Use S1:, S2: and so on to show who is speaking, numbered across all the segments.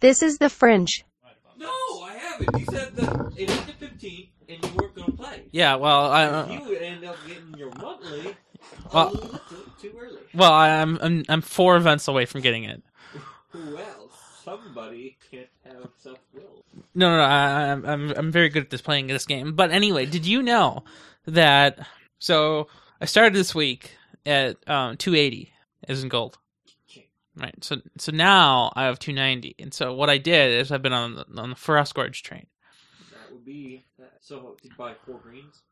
S1: This is the fringe.
S2: No, I haven't. You said that it ended 15 and you weren't going to play.
S3: Yeah, well, I, uh,
S2: you would end up getting your monthly
S3: Well-
S2: a little too early.
S3: well, I, I'm, I'm I'm four events away from getting it.
S2: Who else? Somebody can't have self will.
S3: No, no, no I, I'm- I'm I'm very good at this playing this game. But anyway, did you know that? So I started this week at um, 280 as in gold. Right. So so now I have 290, and so what I did is I've been on the, on the frost gorge train.
S2: That would be that. so. Did you buy four greens?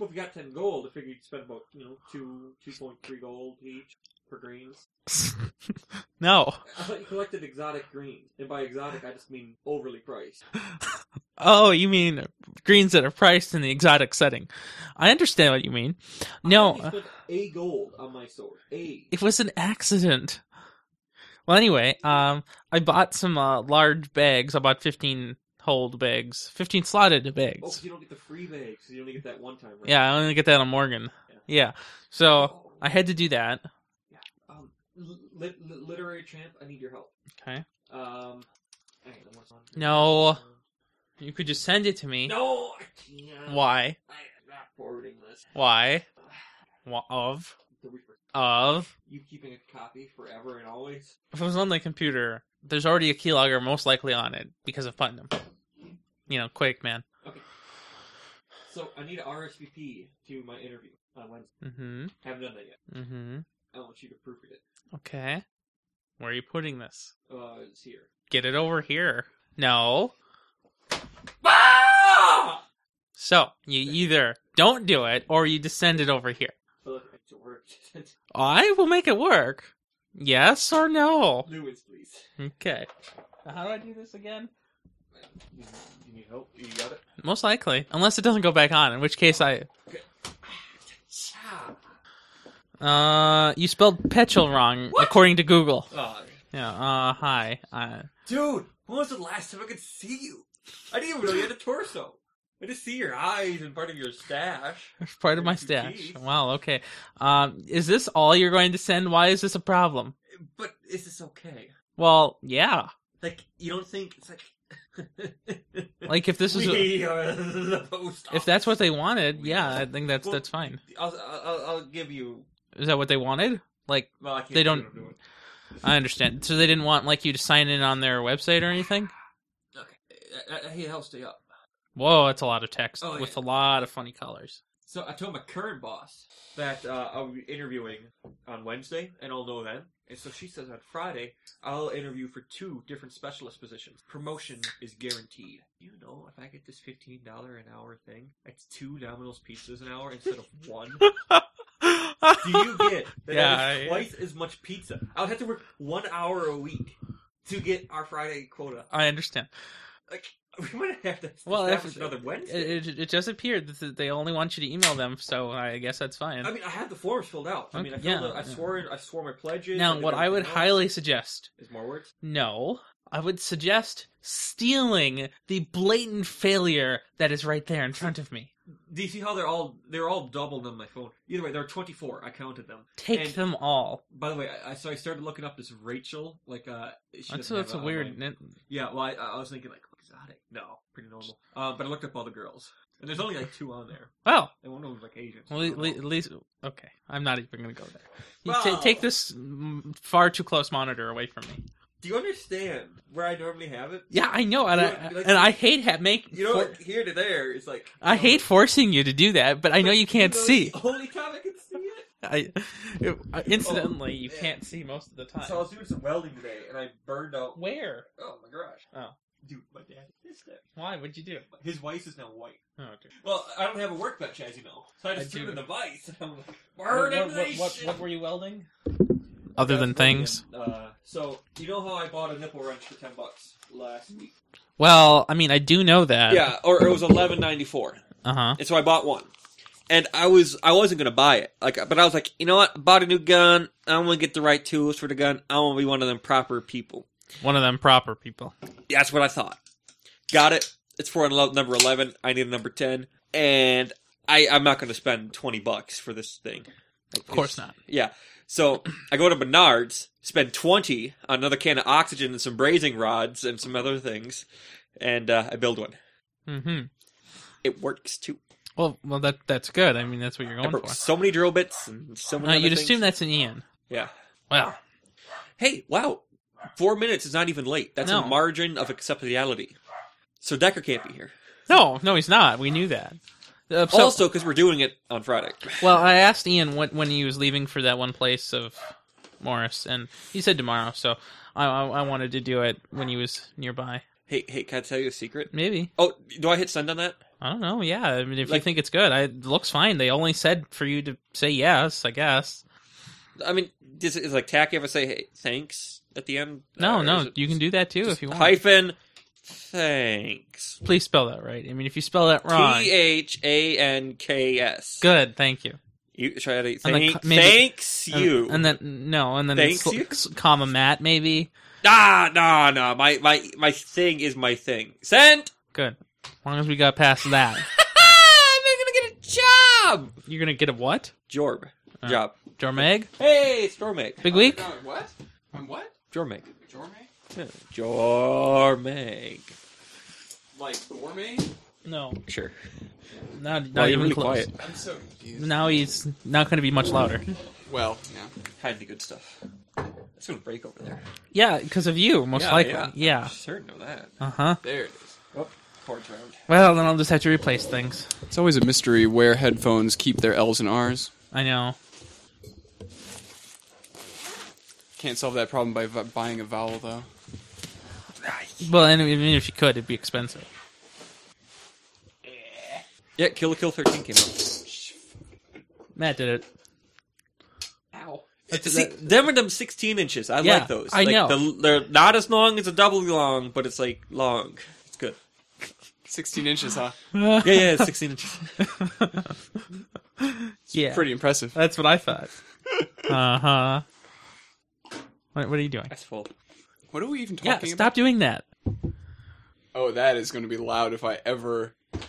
S2: Well, if you got ten gold, I figure you'd spend about you know two two point three gold each for greens.
S3: no.
S2: I thought you collected exotic greens, and by exotic I just mean overly priced.
S3: Oh, you mean greens that are priced in the exotic setting? I understand what you mean.
S2: I
S3: No,
S2: only spent a gold on my sword. A.
S3: it was an accident. Well, anyway, um, I bought some uh, large bags. I bought fifteen hold bags, fifteen slotted
S2: Oh,
S3: bags.
S2: 'cause you don't get the free bag, so you only get that one time. Right?
S3: Yeah, I only get that on Morgan. Yeah, so Oh, I had to do that.
S2: Um, lit- lit- literary champ, I need your help.
S3: Okay,
S2: Um, hang on, what's on?
S3: No. you could just send it to me.
S2: Um, No, I can't.
S3: Why?
S2: I am not forwarding this.
S3: Why? Wha- Of
S2: The Reaper.
S3: of.
S2: You keeping a copy forever and always?
S3: If it was on the computer, there's already a keylogger most likely on it because of Putnam. You know, Quake man.
S2: Okay. So I need an RSVP to my interview on Wednesday.
S3: Mm-hmm.
S2: Haven't done that yet.
S3: Mm-hmm.
S2: I want you to proofread it.
S3: Okay. Where are you putting this?
S2: Uh, it's here.
S3: Get it over here. No.
S2: Ah!
S3: So you either don't do it or you just send it over here.
S2: So look, it's worked.
S3: I will make it work. Yes or no?
S2: New ones, please.
S3: Okay. How do I do this again?
S2: You need- you need help? You got it?
S3: Most likely, unless it doesn't go back on, in which case I.
S2: Ah, Stop.
S3: Uh, you spelled petrol wrong according to Google.
S2: Ah,
S3: Yeah. Uh, hi. Uh,
S2: Dude, when was the last time I could see you? I didn't even know you had a torso. I just see your eyes and part of your stash.
S3: it's part of my
S2: Thank you,
S3: stash.
S2: Keith.
S3: Wow. Okay. Um, is this all you're going to send? Why is this a problem?
S2: But is this okay?
S3: Well, yeah.
S2: Like, you don't think it's like.
S3: Like if this is a-
S2: we are the post
S3: if that's what
S2: office.
S3: they wanted, yeah, I think that's
S2: Well-
S3: that's fine.
S2: I'll, I'll, I'll give you.
S3: Is that what they wanted? Like
S2: Well, I can't
S3: They
S2: see
S3: don't-
S2: what I'm doing.
S3: I understand. So they didn't want like you to sign in on their website or anything.
S2: Okay. I, I, he helped stay up.
S3: Whoa, that's a lot of text
S2: Oh,
S3: with
S2: yeah.
S3: a lot of funny colors.
S2: So I told my current boss that uh, I'll be interviewing on Wednesday, and I'll know then. And so she says on Friday I'll interview for two different specialist positions. Promotion is guaranteed. You know, if I get this fifteen dollar an hour thing, it's two Domino's pizzas an hour instead of one. Do you get that
S3: Yeah,
S2: that is
S3: I-
S2: twice as much pizza? I would have to work one hour a week to get our Friday quota.
S3: I understand.
S2: Like we might have to
S3: Well, if-
S2: establish another Wednesday.
S3: It, it, it just appeared that they only want you to email them, so I guess that's fine.
S2: I mean, I have the forms filled out. I mean, I,
S3: Okay,
S2: filled
S3: yeah,
S2: out- I
S3: yeah.
S2: swore, I swore my pledges.
S3: now,
S2: did
S3: what I would
S2: everything else.
S3: highly suggest
S2: is more words.
S3: no, I would suggest stealing the blatant failure that is right there in front of me.
S2: Do you see how they're all they're all doubled on my phone? Either way, there are twenty four. I counted them.
S3: Take
S2: And-
S3: them all.
S2: By the way, I, I so I started looking up this Rachel. Like, uh, she
S3: That's
S2: doesn't
S3: that's a
S2: have
S3: weird.
S2: online- Yeah, well, I, I was thinking like exotic. No, pretty normal. Um, but I looked up all the girls, and there's only like two on there,
S3: Well,
S2: and one of them's like Asian. so
S3: Well,
S2: I
S3: at
S2: don't
S3: le-
S2: know.
S3: at least okay. I'm not even going to go there. You
S2: Well-
S3: ta- take this mm, far too close monitor away from me.
S2: Do you understand where I normally have it?
S3: Yeah, I know, and
S2: You
S3: I
S2: know, like-
S3: and I hate ha- make.
S2: You know,
S3: for-
S2: like, here to there, it's like
S3: I
S2: you know,
S3: hate forcing you to do that, but I know you can't
S2: you know,
S3: see.
S2: it's the Only time I can see it.
S3: I, it- uh, incidentally, you
S2: Oh, yeah.
S3: can't see most of the time.
S2: So I was doing some welding today, and I burned out.
S3: Where?
S2: Oh my gosh!
S3: Oh.
S2: dude, my dad is there.
S3: Why? What'd you do?
S2: His wife is now white.
S3: Oh, okay.
S2: Well, I don't have a workbench, as you know, so I
S3: I
S2: just threw
S3: do.
S2: it in the vice. And I'm like,
S3: What,
S2: burn
S3: what,
S2: into
S3: what,
S2: these
S3: what,
S2: shit."
S3: what were you welding?
S2: Yeah, it's funny, Uh, so you know how I bought a nipple wrench for ten bucks last week?
S3: Well, I mean, I do know that.
S2: Yeah, or it was eleven ninety four,
S3: Uh huh.
S2: and so I bought one. And I was I wasn't gonna buy it, like, but I was like, you know what? I bought a new gun. I want to get the right tools for the gun. I want to be one of them proper people.
S3: One of them proper people.
S2: That's what I thought. Got it. It's for a lo- number eleven. I need a number ten, and I I'm not going to spend twenty bucks for this thing.
S3: Of course not.
S2: Yeah. So I go to Menards, spend twenty on another can of oxygen and some brazing rods and some other things, and uh, I build one.
S3: Mm-hmm.
S2: It works too.
S3: Well, well, that that's good. I mean, that's what you're
S2: I
S3: going
S2: broke
S3: for.
S2: so many drill bits and so many.
S3: Oh, Now,
S2: other
S3: you'd
S2: things.
S3: assume that's an Ian.
S2: Yeah.
S3: Well,
S2: Hey, wow. Four minutes is not even late. That's
S3: No.
S2: a margin of acceptability. So Decker can't be here.
S3: no, no, he's not. We knew that. Uh, so-
S2: also, because we're doing it on Friday.
S3: well, I asked Ian what, when he was leaving for that one place of Morris, and he said tomorrow. So I, I, I wanted to do it when he was nearby.
S2: Hey, hey, can I tell you a secret?
S3: Maybe
S2: Oh, do I hit send on that?
S3: I don't know. Yeah, I mean, if you
S2: Like-
S3: think it's good, I, it looks fine. They only said for you to say yes. I guess.
S2: I mean, does is like tacky if I say hey, thanks at the end? Uh,
S3: No,
S2: Or is
S3: no,
S2: it
S3: you can do that too
S2: just
S3: if you want.
S2: Hyphen thanks.
S3: Please spell that right. I mean, if you spell that
S2: T
S3: wrong,
S2: H A N K S.
S3: good. Thank you.
S2: You try to
S3: And the
S2: thank,
S3: co- maybe-
S2: thanks
S3: And-
S2: you.
S3: And, then no, and then
S2: Thanks
S3: sl-
S2: you?
S3: s- comma Matt maybe.
S2: ah, nah, nah. My my my thing is my thing. Send.
S3: Good. As long as we got past that,
S2: I'm gonna get a job.
S3: you're gonna get a what?
S2: Jorb.
S3: Uh.
S2: Job.
S3: Jormeg?
S2: Hey, Stormake.
S3: Big week?
S4: What? I'm what?
S2: Jormake.
S4: Gourmet?
S2: Yeah. Jormake.
S4: Like gourmet?
S3: No,
S2: Sure.
S3: not not
S2: Well, you're
S3: even
S2: really
S3: close.
S2: quiet.
S4: I'm so confused.
S3: Now he's not going to be much louder.
S4: Well, yeah.
S2: Hide the good stuff. It's gonna break over there.
S3: Yeah, because of you, most
S2: Yeah,
S3: likely.
S2: yeah.
S3: Yeah.
S2: Certain of that.
S3: Uh huh.
S4: There it is.
S2: Oh, chords round.
S3: Well, then I'll just have to replace things.
S4: It's always a mystery where headphones keep their L's and R's.
S3: I know.
S4: Can't solve that problem by v- buying a vowel, though.
S3: Well, and even if you could, it'd be expensive.
S2: Yeah, Kill la Kill 13 came out.
S3: Matt did it.
S2: Ow. See, them are them 16 inches. I
S3: Yeah,
S2: like those.
S3: I
S2: Like,
S3: know.
S2: the- they're not as long as a double long, but it's like long. It's good.
S4: 16 inches, huh?
S2: Yeah, yeah, it's 16 inches.
S3: yeah.
S4: Pretty impressive.
S3: That's what I thought. uh huh. What, what are you doing?
S2: That's full.
S4: What are we even talking
S3: Yeah, stop
S4: about?
S3: doing that.
S4: Oh, that is going to be loud if I ever. do that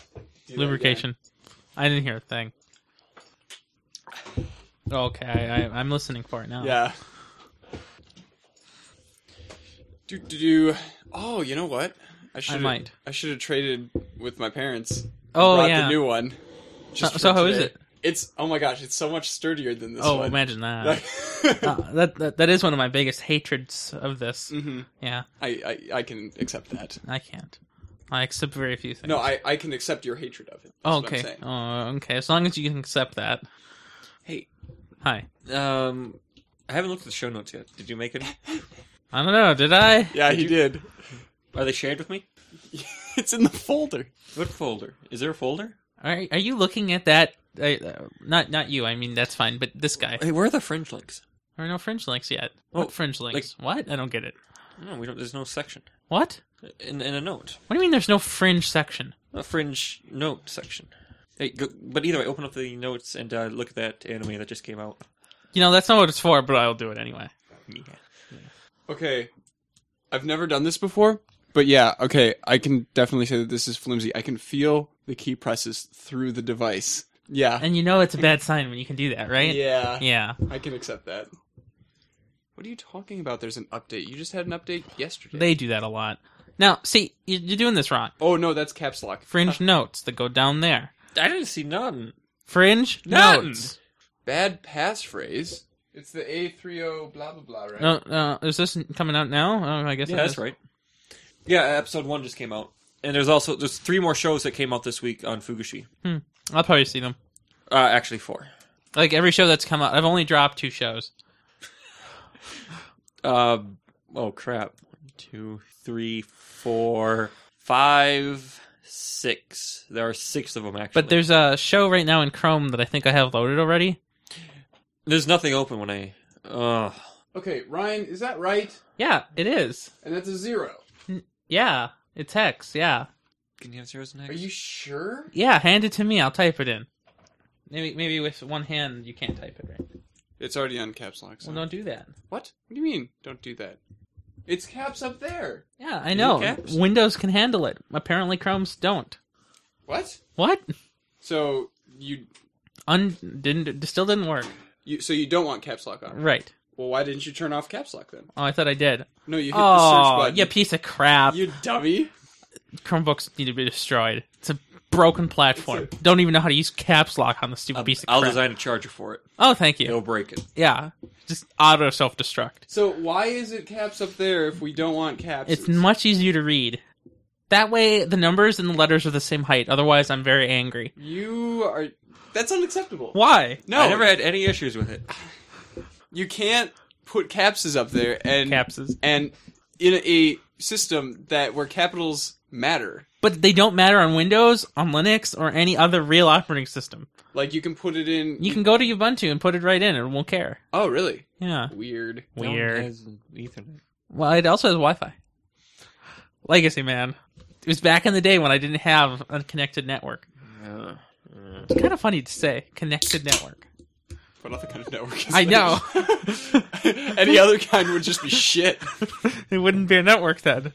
S4: again.
S3: Lubrication. I didn't hear a thing. Okay, I, I, I'm listening for it now.
S4: Yeah. Do, do, do. Oh, you know what? I should
S3: might.
S4: I should have traded with my parents.
S3: Oh,
S4: brought
S3: yeah.
S4: the new one.
S3: So-
S4: just for
S3: so how is
S4: today.
S3: it?
S4: It's oh my gosh, it's so much sturdier than this
S3: oh,
S4: one.
S3: imagine that.
S4: mm-hmm.
S3: Uh, that, that that is one of my biggest hatreds of this. Yeah,
S4: I, I I can accept that.
S3: I can't. I accept very few things.
S4: No, I, I can accept your hatred of it. That's
S3: Oh,
S4: what I'm
S3: okay.
S4: saying.
S3: Oh, okay. As long as you can accept that.
S2: Hey,
S3: Hi.
S2: um, I haven't looked at the show notes yet. Did you make any?
S3: I don't know. Did I?
S4: Yeah, he did.
S2: Are they shared with me?
S4: It's in the folder.
S2: What folder? Is there a folder?
S3: Are Are you looking at that? I, uh, not not you. I mean, that's fine. But this guy.
S2: Hey, where are the fringe links?
S3: There are no fringe links yet.
S2: Oh,
S3: what fringe links? what? I don't get it.
S2: No, we don't. There's no section.
S3: What?
S2: In, in a note,
S3: What do you mean? There's no fringe section?
S2: a fringe note section. Hey, go, but either way, open up the notes and uh, look at that anime that just came out.
S3: You know, that's not what it's for. But I'll do it anyway.
S2: Yeah.
S4: Okay. I've never done this before, but yeah, okay, I can definitely say that this is flimsy. I can feel the key presses through the device. Yeah.
S3: And you know it's a bad sign when you can do that, right?
S4: Yeah.
S3: Yeah.
S4: I can accept that. What are you talking about? There's an update. You just had an update yesterday.
S3: They do that a lot. Now, see, you- you're doing this wrong.
S4: oh no, that's caps lock.
S3: Fringe notes that go down there.
S2: I didn't see none.
S3: Fringe
S2: None.
S3: notes.
S4: Bad passphrase. It's the A30 blah blah blah, right?
S3: No, uh, is this coming out now? Oh, I guess
S2: Yeah,
S3: it
S2: that's
S3: is.
S2: right. Yeah, episode one just came out, and there's also there's three more shows that came out this week on Fugushi.
S3: I'll probably see them.
S2: Uh, actually, four.
S3: Like every show that's come out, I've only dropped two shows.
S2: Um, oh crap! One, two, three, four, five, six. There are six of them actually.
S3: But there's a show right now in Chrome that I think I have loaded already.
S2: there's nothing open when I. Uh,
S4: Okay, Ryan, is that right?
S3: Yeah, it is.
S4: And that's a zero.
S3: Yeah, it's Hex. Yeah,
S2: can you have zeros next?
S4: Are you sure?
S3: yeah. Hand it to me. I'll type it in. Maybe maybe with one hand you can't type it right.
S4: It's already on caps lock.
S3: Well, don't do that.
S4: What? What do you mean? Don't do that. It's caps up there.
S3: Yeah, I know.
S2: caps?
S3: Windows can handle it. Apparently, Chrome's don't.
S4: What?
S3: What?
S4: So you
S3: Un didn't it still didn't work.
S4: You, so you don't want caps lock on.
S3: Right.
S4: Well, why didn't you turn off caps lock then?
S3: Oh, I thought I did.
S4: No, you hit the search
S3: Oh,
S4: button.
S3: you piece of crap.
S4: You dummy.
S3: Chromebooks need to be destroyed. It's a broken platform.
S4: It's Um,
S3: Don't even know how to use caps lock on the stupid
S2: Um,
S5: I'll,
S3: piece of
S5: I'll
S3: crap.
S5: design a charger for it.
S3: oh, thank you.
S5: It'll break it.
S3: Yeah. Just auto self destruct.
S4: So why is it caps up there if we don't want caps?
S3: It's much easier to read. That way, the numbers and the letters are the same height. Otherwise, I'm very angry.
S4: you are. That's unacceptable.
S3: Why?
S4: No,
S5: I never had any issues with it.
S4: you can't put capses up there and
S3: Capses.
S4: and in a system that where capitals matter.
S3: But they don't matter on Windows, on Linux, or any other real operating system.
S4: Like you can put it in.
S3: You can go to Ubuntu and put it right in, and it won't care.
S4: Oh, really?
S3: Yeah.
S4: Weird.
S3: Weird.
S5: Ethernet.
S3: Well, it also has Wi Fi. Legacy, man. It was back in the day when I didn't have a connected network. It's kind of funny to say connected network.
S4: What other kind of network? Is
S3: I
S4: that?
S3: know.
S4: Any other kind would just be shit.
S3: it wouldn't be a network then.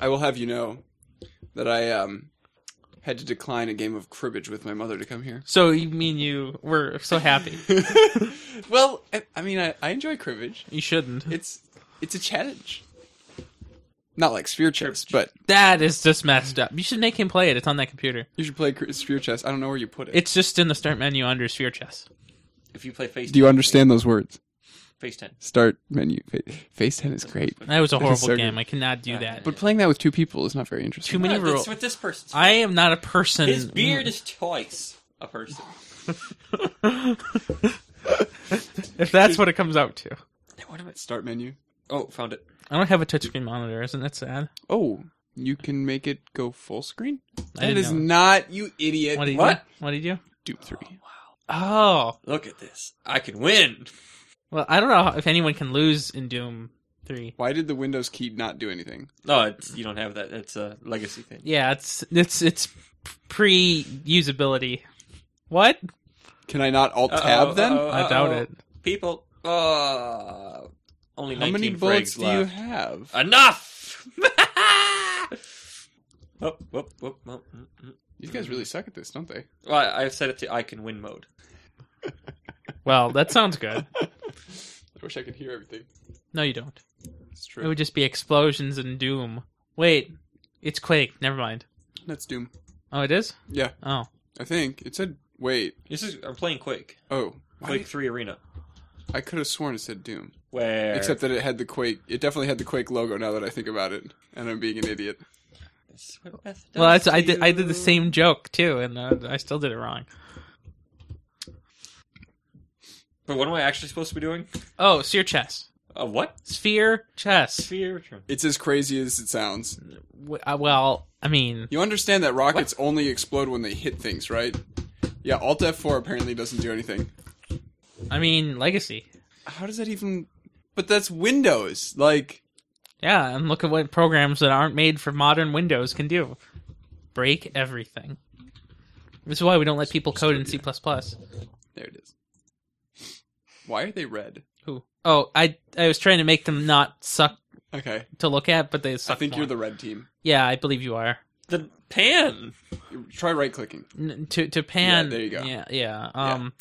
S4: I will have you know that I um had to decline a game of cribbage with my mother to come here.
S3: So you mean you were so happy?
S4: well, I, I mean, I, I enjoy cribbage.
S3: You shouldn't.
S4: It's it's a challenge. Not like spear chess, but
S3: That is just messed up. You should make him play it. It's on that computer.
S4: you should play cri- spear chess. I don't know where you put it.
S3: It's just in the start menu under Sphere Chess.
S5: If you play Face,
S4: Do you understand those words?
S5: Face Ten?
S4: Start menu. Fa- Face ten is great,
S3: That was a
S4: That is
S3: horrible
S4: so good.
S3: game. I cannot do that.
S4: but playing that with two people is not very
S3: Too
S4: interesting.
S2: Uh,
S3: many rules.
S5: That's what this person's.
S3: I am not a person.
S5: His beard is twice a person.
S3: if that's what it comes out to.
S5: What am I?
S4: Start menu.
S5: Oh, found it.
S3: I don't have a touchscreen monitor. Isn't that sad?
S4: Oh, you can make it go full screen.
S3: I
S4: That
S3: didn't
S4: is
S3: know.
S4: not you, idiot.
S3: What do you
S4: what?
S3: do? What do you do?
S4: Dupe three.
S3: Oh,
S5: Look at this. I can win.
S3: well, I don't know if anyone can lose in Doom Three.
S4: Why did the Windows key not do anything?
S5: No, it's, you don't have that. It's a legacy thing.
S3: Yeah, it's it's it's pre usability. What?
S4: Can I not alt tab then?
S5: uh-oh.
S3: I doubt it.
S5: People. Uh, only
S4: How
S5: 19
S4: many bullets
S5: frags
S4: do you
S5: left.
S4: have?
S5: Enough! whoop, whoop, whoop, whoop. mm, mm.
S4: These guys really suck at this, don't they?
S5: Well, I- I've set it to I can win mode.
S3: Well, that sounds good.
S4: I wish I could hear everything.
S3: No, you don't.
S4: It's
S3: It
S4: true.
S3: would just be explosions and Doom. Wait, it's Quake. Never mind.
S4: That's Doom.
S3: Oh, it is.
S4: Yeah,
S3: Oh,
S4: I think it said. Wait.
S5: This is I'm playing Quake.
S4: Oh, why
S5: Quake
S4: did-
S5: Three Arena.
S4: I could have sworn it said Doom,
S5: Where
S4: except that it had the Quake. It definitely had the Quake logo. Now that I think about it, and I'm being an idiot.
S5: That's what Beth
S3: well,
S5: does
S3: that's, I did.
S5: to
S3: I did the
S5: you.
S3: same joke too, and uh, I still did it wrong.
S5: But what am I actually supposed to be doing?
S3: Oh, sphere chess.
S5: Uh, what?
S3: Sphere chess.
S5: Sphere return.
S4: It's as crazy as it sounds.
S3: W- uh, Well, I mean,
S4: You understand that rockets only explode when they hit things, right? Yeah, Alt F4 apparently doesn't do anything.
S3: I mean, legacy.
S4: How does that even? But that's Windows. Like,
S3: Yeah, and look at what programs that aren't made for modern Windows can do. Break everything. This is why we don't let people code in C++.
S4: there it is. Why are they red?
S3: Who? Oh, I I was trying to make them not suck
S4: Okay,
S3: to look at, but they suck.
S4: I think
S3: more.
S4: you're the red team.
S3: Yeah, I believe you are.
S5: The pan.
S4: Try right clicking,
S3: N- to to pan.
S4: Yeah, there you go.
S3: Yeah, yeah. Um,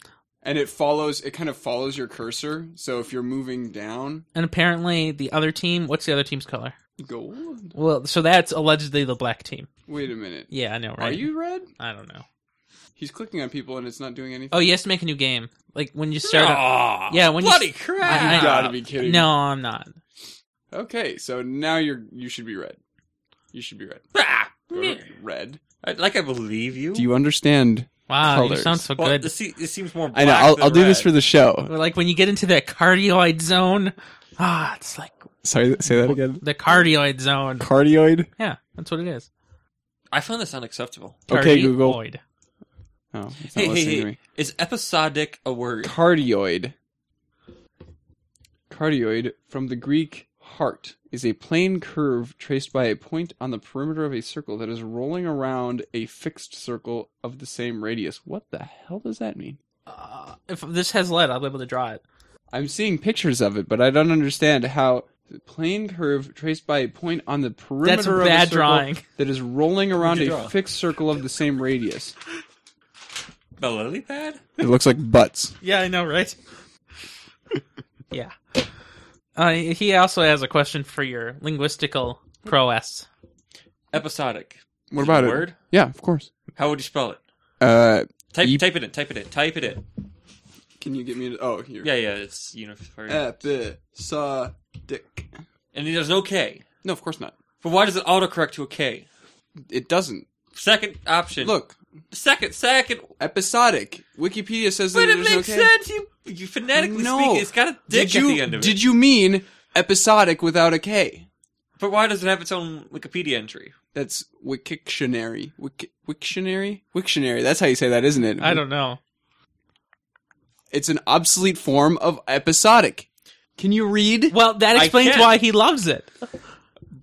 S4: and it follows. It kind of follows your cursor. So if you're moving down,
S3: and apparently the other team. What's the other team's color?
S4: gold.
S3: Well, so that's allegedly the black team.
S4: Wait a minute.
S3: Yeah, I know, right?
S4: Are you red?
S3: I don't know.
S4: He's clicking on people and it's not doing anything.
S3: Oh, you have to make a new game. Like when you start. up-
S5: Aw,
S3: Yeah, when you
S5: bloody
S3: s-
S5: crap.
S3: I-
S4: you
S3: I-
S4: gotta be kidding.
S3: No, I'm not.
S4: Okay, so now you're you should be red. You should be red.
S5: Ah,
S4: Go
S3: mm.
S5: meh.
S4: to red.
S5: I, like I believe you.
S4: Do you understand?
S3: Wow,
S4: Colors.
S3: you sound so
S5: Well,
S3: good.
S5: This, se- it seems more.
S4: I know.
S5: black
S4: I'll,
S5: than
S4: I'll do this
S5: red.
S4: for the show.
S3: Well, like when you get into that cardioid zone, ah, it's like
S4: Sorry, say that again.
S3: the cardioid zone.
S4: Cardioid.
S3: Yeah, that's what it is.
S5: I found this unacceptable.
S4: Okay, Google.
S3: Cardioid.
S4: Oh, it's
S5: Hey,
S4: not
S5: hey,
S4: listening to
S5: hey!
S4: me.
S5: Is episodic a word?
S4: Cardioid. Cardioid, from the Greek heart, is a plane curve traced by a point on the perimeter of a circle that is rolling around a fixed circle of the same radius. What the hell does that mean?
S3: Uh, if this has lead, I'll be able to draw it.
S4: I'm seeing pictures of it, but I don't understand how The plane curve traced by a point on the perimeter
S3: That's a
S4: of a
S3: bad
S4: circle
S3: drawing.
S4: that is rolling around
S2: you
S4: a
S2: draw?
S4: fixed circle of the same radius.
S2: The lily pad?
S4: It looks like butts.
S3: Yeah, I know, right? yeah. Uh, he also has a question for your linguistical prowess.
S2: Episodic.
S4: What
S2: Is
S4: about
S2: a
S4: it?
S2: Word?
S4: Yeah, of course.
S2: How would you spell it?
S4: Uh,
S2: Type
S4: E-
S2: type it in, type it in, type it in.
S4: can you get me? To, oh, here.
S2: Yeah, yeah, it's unified.
S4: Uh, Episodic.
S2: and there's no K.
S4: No, of course not.
S2: But why does it autocorrect to a K?
S4: It doesn't.
S2: Second option.
S4: Look,
S2: Second, second.
S4: episodic. Wikipedia says that
S2: But it
S4: there's no
S2: makes
S4: K.
S2: sense. You, you phonetically
S4: No.
S2: speaking, it's got a dick
S4: Did you
S2: at the end of it.
S4: did you mean episodic without a K?
S2: But why does it have its own Wikipedia entry?
S4: That's Wikictionary. Wiki, Wiktionary? Wiktionary. That's how you say that, isn't it?
S3: I don't know.
S4: It's an obsolete form of episodic. Can you read?
S3: Well, that
S2: I
S3: explains
S2: can't.
S3: why he loves it.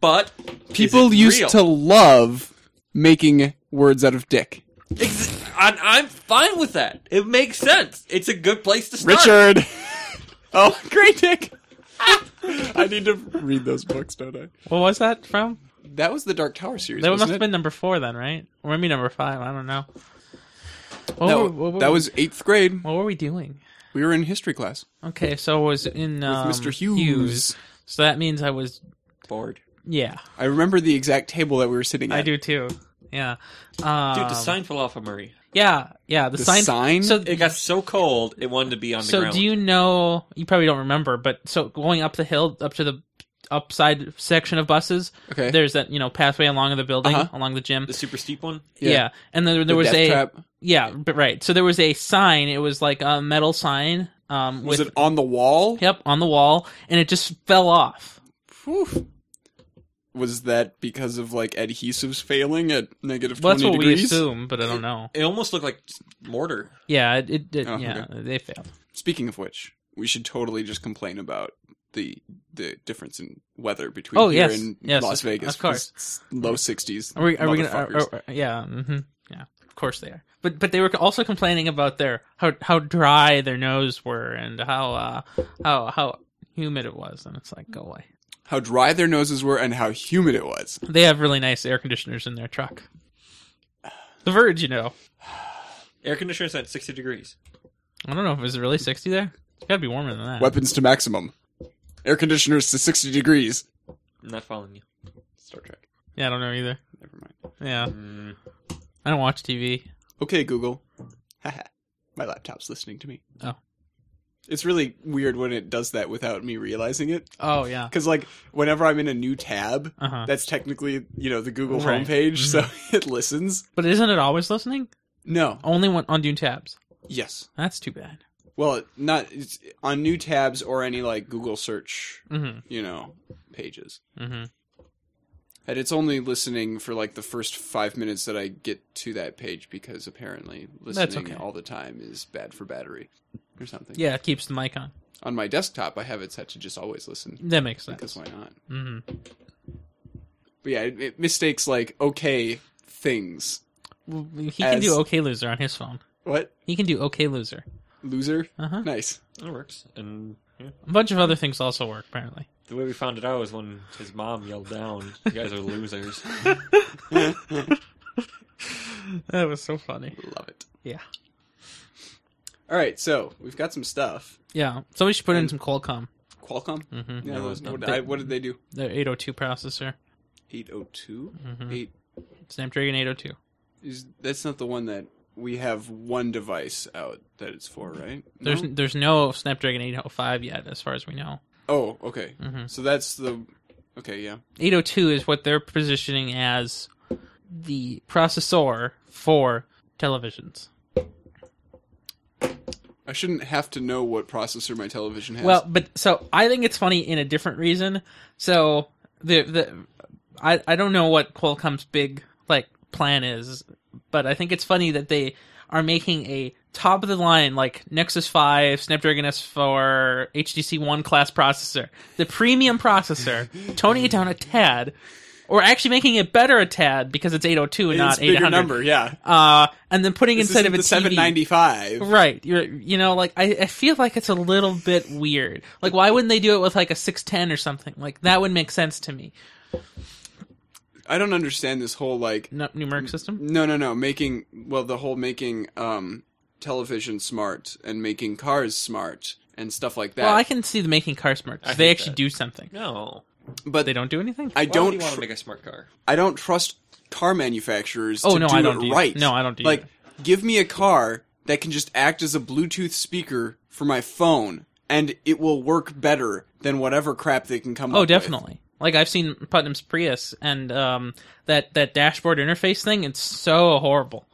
S2: But
S4: People
S2: is it
S4: used
S2: real?
S4: to love making words out of dick.
S2: Ex- I, I'm fine with that. It makes sense. It's a good place to start.
S4: Richard. oh, great dick. I need to read those books, don't I?
S3: What was that from?
S4: That was the Dark Tower series.
S3: That
S4: wasn't
S3: must
S4: it?
S3: have been number four then, right? Or maybe number five. I don't know. What,
S4: That,
S3: were- what were-
S4: that was eighth grade.
S3: What were we doing?
S4: We were in history class
S3: Okay, so I was in
S4: with
S3: um,
S4: Mr. Hughes.
S3: So that means I was.
S2: Bored.
S3: Yeah,
S4: I remember the exact table that we were sitting at.
S3: I do too. Yeah. Um,
S2: Dude, the sign fell off of Murray.
S3: Yeah, yeah. The,
S4: The
S3: sign.
S4: sign?
S3: So
S2: It got so cold it wanted to be on the
S3: so
S2: ground.
S3: do you know you probably don't remember but so going up the hill up to the upside section of buses
S4: Okay.
S3: there's that you know pathway along the building
S4: Uh-huh.
S3: along the gym
S2: the super steep one?
S4: yeah.
S3: yeah. and then there,
S4: The
S3: was
S4: death
S3: a
S4: trap.
S3: yeah but right so there was a sign it was like a metal sign um
S4: Was
S3: with
S4: it on the wall?
S3: yep on the wall and it just fell off
S4: Phew. Was that because of like adhesives failing at negative
S3: well, that's
S4: twenty
S3: what we
S4: degrees?
S3: assume but i don't know
S2: It almost looked like mortar.
S3: yeah it, it, it-
S4: Oh,
S3: yeah they failed
S4: Speaking of which, we should totally just complain about the the difference in weather between
S3: Oh,
S4: here
S3: yes.
S4: and
S3: Yes,
S4: Las
S3: of-
S4: Vegas.
S3: of course.
S4: It's low sixties.
S3: Are we? Are we gonna? Are, are- are- yeah. hmm yeah. Of course they are. But but they were also complaining about their how how dry their nose were and how uh how how humid it was and it's like go away.
S4: how dry their noses were and how humid it was.
S3: They have really nice air conditioners in their truck. The Verge, you know.
S2: Air conditioner's at 60 degrees.
S3: I don't know if it was really sixty there. It's gotta be warmer than that.
S4: Weapons to maximum. Air conditioners to sixty degrees.
S2: I'm not following you.
S4: Star Trek.
S3: Yeah, I don't know either.
S4: Never mind.
S3: Yeah,
S2: Mm.
S3: I don't watch TV.
S4: Okay, Google. Haha. My laptop's listening to me.
S3: Oh.
S4: It's really weird when it does that without me realizing it.
S3: Oh yeah.
S4: Because, like, whenever I'm in a new tab,
S3: Uh huh.
S4: that's technically, you know, the Google
S3: Right. Mm-hmm.
S4: homepage, so it listens.
S3: But isn't it always listening?
S4: No.
S3: Only when on new tabs.
S4: Yes.
S3: That's too bad.
S4: Well, not it's on new tabs or any, like, Google search,
S3: Mm
S4: you know, pages.
S3: hmm. Mm hmm.
S4: And it's only listening for, like, the first five minutes that I get to that page because apparently listening
S3: okay.
S4: all the time is bad for battery or something.
S3: Yeah, it keeps the mic on.
S4: On my desktop, I have it set to just always listen.
S3: That makes sense.
S4: Because why not?
S3: Mm-hmm.
S4: But yeah, it, it mistakes like okay things.
S3: Well, He can
S4: as-
S3: do OK Loser on his phone.
S4: What
S3: He can do OK Loser.
S4: loser?
S3: Uh huh.
S4: Nice.
S2: It works. And yeah.
S3: A bunch of other things also work apparently.
S2: the way we found it out was when his mom yelled down, You guys are losers.
S3: That was so funny.
S4: Love it.
S3: Yeah.
S4: All right, so we've got some stuff.
S3: Yeah. Somebody should put in
S4: And-
S3: some Qualcomm.
S4: Qualcomm.
S3: Mm-hmm.
S4: Yeah,
S2: No,
S4: those-
S2: no.
S4: what, I- what did they do?
S3: The 802 processor.
S4: Eight oh two.
S3: Mm-hmm.
S4: Eight.
S3: Snapdragon 802.
S4: Is that's not the one that we have one device out that it's for, right?
S3: There's
S4: No?
S3: there's no Snapdragon 805 yet, as far as we know.
S4: Oh, okay.
S3: hmm
S4: So that's the. Okay, yeah.
S3: 802 is what they're positioning as the processor for televisions.
S4: I shouldn't have to know what processor my television has.
S3: Well, but so I think it's funny in a different reason. So the the I I don't know what Qualcomm's big like plan is, but I think it's funny that they are making a top of the line like Nexus 5, Snapdragon S4, HTC One class processor, the premium processor, toning it down a tad or actually making it better a tad because it's 802 and
S4: it's
S3: not
S4: a bigger
S3: 800.
S4: number, yeah.
S3: Uh, and then putting
S4: This
S3: instead of
S4: isn't
S3: a
S4: the
S3: TV.
S4: 795.
S3: Right, you're you know like I, I feel like it's a little bit weird. Like why wouldn't they do it with like a six ten or something? Like that would make sense to me.
S4: I don't understand this whole like
S3: No, numeric system.
S4: no no no making well the whole making um television smart and making cars smart and stuff like that.
S3: Well, I can see the making car smart. 'cause
S2: I
S3: They
S2: hate
S3: actually
S2: that.
S3: do something,
S2: No.
S4: but
S3: they don't do anything. Oh,
S4: I
S2: Why
S4: don't
S2: would you want to
S4: tr-
S2: make a smart car?
S4: I don't trust car manufacturers
S3: Oh
S4: to
S3: no,
S4: do
S3: I don't
S4: it
S3: do either.
S4: right.
S3: No, I don't do
S4: like
S3: either.
S4: give me a car that can just act as a Bluetooth speaker for my phone and it will work better than whatever crap they can come up
S3: Oh,
S4: with.
S3: definitely. Like I've seen Putnam's Prius and um that that dashboard interface thing. It's so horrible.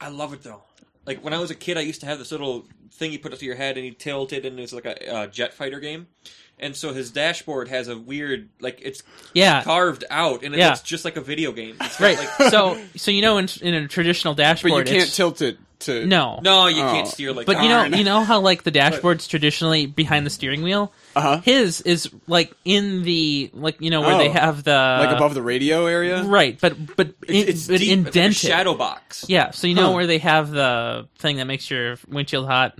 S2: I love it though. Like when I was a kid, I used to have this little thing you put up to your head and you tilt it, and it's like a uh, jet fighter game. And so his dashboard has a weird, like it's
S3: Yeah.
S2: carved out, and it
S3: Yeah.
S2: looks just like a video game. It's not
S3: Right.
S2: Like,
S3: so so you know in in a traditional
S4: But
S3: dashboard
S4: you can't
S3: it's-
S4: tilt it to
S3: no.
S2: no, you
S4: Oh.
S2: can't steer like.
S3: But you know,
S4: Darn.
S3: you know how like the dashboard's traditionally behind the steering wheel.
S4: Uh-huh.
S3: His is like in the like you know where they
S4: Oh.
S3: have the
S4: like above the radio area.
S3: uh, right, but but in,
S2: it's
S3: but
S2: deep, it's like a
S3: indented.
S2: shadow box.
S3: Yeah, so you know
S4: Huh.
S3: where they have the thing that makes your windshield hot.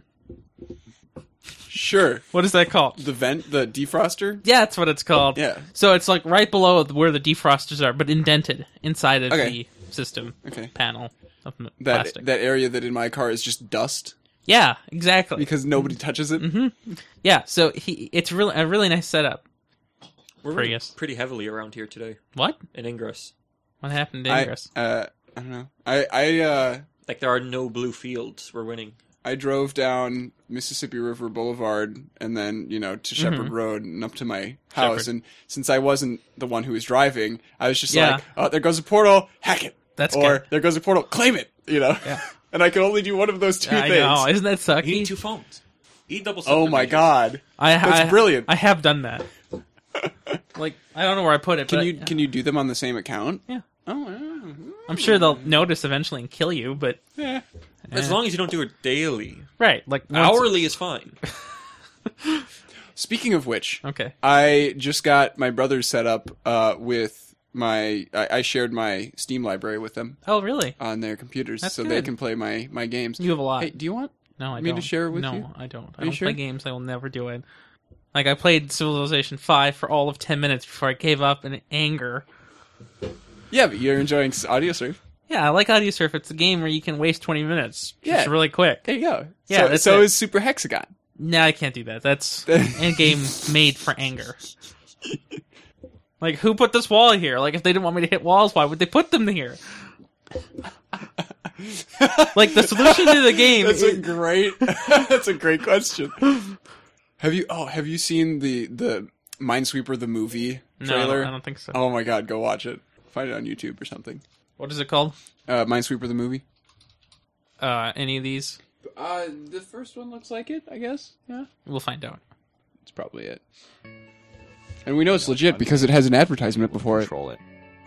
S4: Sure.
S3: What is that called?
S4: The vent, the defroster.
S3: Yeah, that's what it's called.
S4: Yeah.
S3: So it's like right below the- where the defrosters are, but indented inside of
S4: Okay.
S3: the system
S4: Okay.
S3: panel of m-
S4: That
S3: plastic.
S4: that area that in my car is just dust
S3: yeah, exactly.
S4: because nobody touches it.
S3: Mm-hmm. yeah, so he it's really a really nice setup.
S2: We're really
S3: Prius.
S2: pretty heavily around here today
S3: What?
S2: in Ingress.
S3: What happened to
S4: I
S3: Ingress?
S4: uh, I don't know. I I uh,
S2: Like there are no blue fields. We're winning.
S4: I drove down Mississippi River Boulevard and then you know to Shepherd Road and up to my house.
S3: Mm-hmm. Shepherd.
S4: And since I wasn't the one who was driving, I was just
S3: Yeah.
S4: like, "Oh, there goes a portal, hack it."
S3: That's
S4: or
S3: good.
S4: there goes a portal, claim it. You know.
S3: Yeah.
S4: and I could only do one of those two
S3: I
S4: things.
S3: know, isn't that sucky?
S2: You need two phones. E double.
S4: Oh my
S2: subdivisions.
S4: god!
S3: I,
S4: That's
S3: I-
S4: brilliant.
S3: I have done that. like I don't know where I put it.
S4: Can
S3: but
S4: you can you do them on the same account?
S3: Yeah.
S4: Oh. yeah.
S3: I'm sure they'll notice eventually and kill you. But
S4: Yeah.
S2: As long as you don't do it daily,
S3: right, like once-
S2: hourly is fine.
S4: Speaking of which,
S3: Okay.
S4: I just got my brother set up uh, with my. I, I shared my Steam library with them
S3: Oh really?
S4: on their computers,
S3: That's
S4: so they
S3: good.
S4: can play my my games.
S3: You have a lot.
S4: Hey, do you want?
S3: no, I
S4: me to
S3: don't.
S4: share with
S3: no,
S4: you?
S3: I don't. I
S4: Are you
S3: don't
S4: sure?
S3: play games. I will never do it. Like I played Civilization Five for all of ten minutes before I gave up in anger.
S4: Yeah, but you're enjoying s- audio surf.
S3: Yeah, I like Audio Surf. It's a game where you can waste twenty minutes.
S4: Yeah.
S3: Just really quick.
S4: There you go.
S3: Yeah,
S4: So,
S3: that's
S4: so
S3: it.
S4: is Super Hexagon.
S3: No, I can't do that. That's a game made for anger. Like, who put this wall here? Like, if they didn't want me to hit walls, why would they put them here? Like, the solution to the game.
S4: That's a
S3: is,
S4: great. that's a great question. Have you? Oh, have you seen the the Minesweeper the movie
S3: no, I
S4: trailer?
S3: don't, I don't think so.
S4: Oh my god, go watch it. Find it on YouTube or something.
S3: What is it called?
S4: Uh, Minesweeper the movie.
S3: Uh, any of these?
S4: Uh, the first one looks like it, I guess. Yeah.
S3: We'll find out.
S4: It's probably it. And we know it's legit because it has an advertisement before it.
S6: control it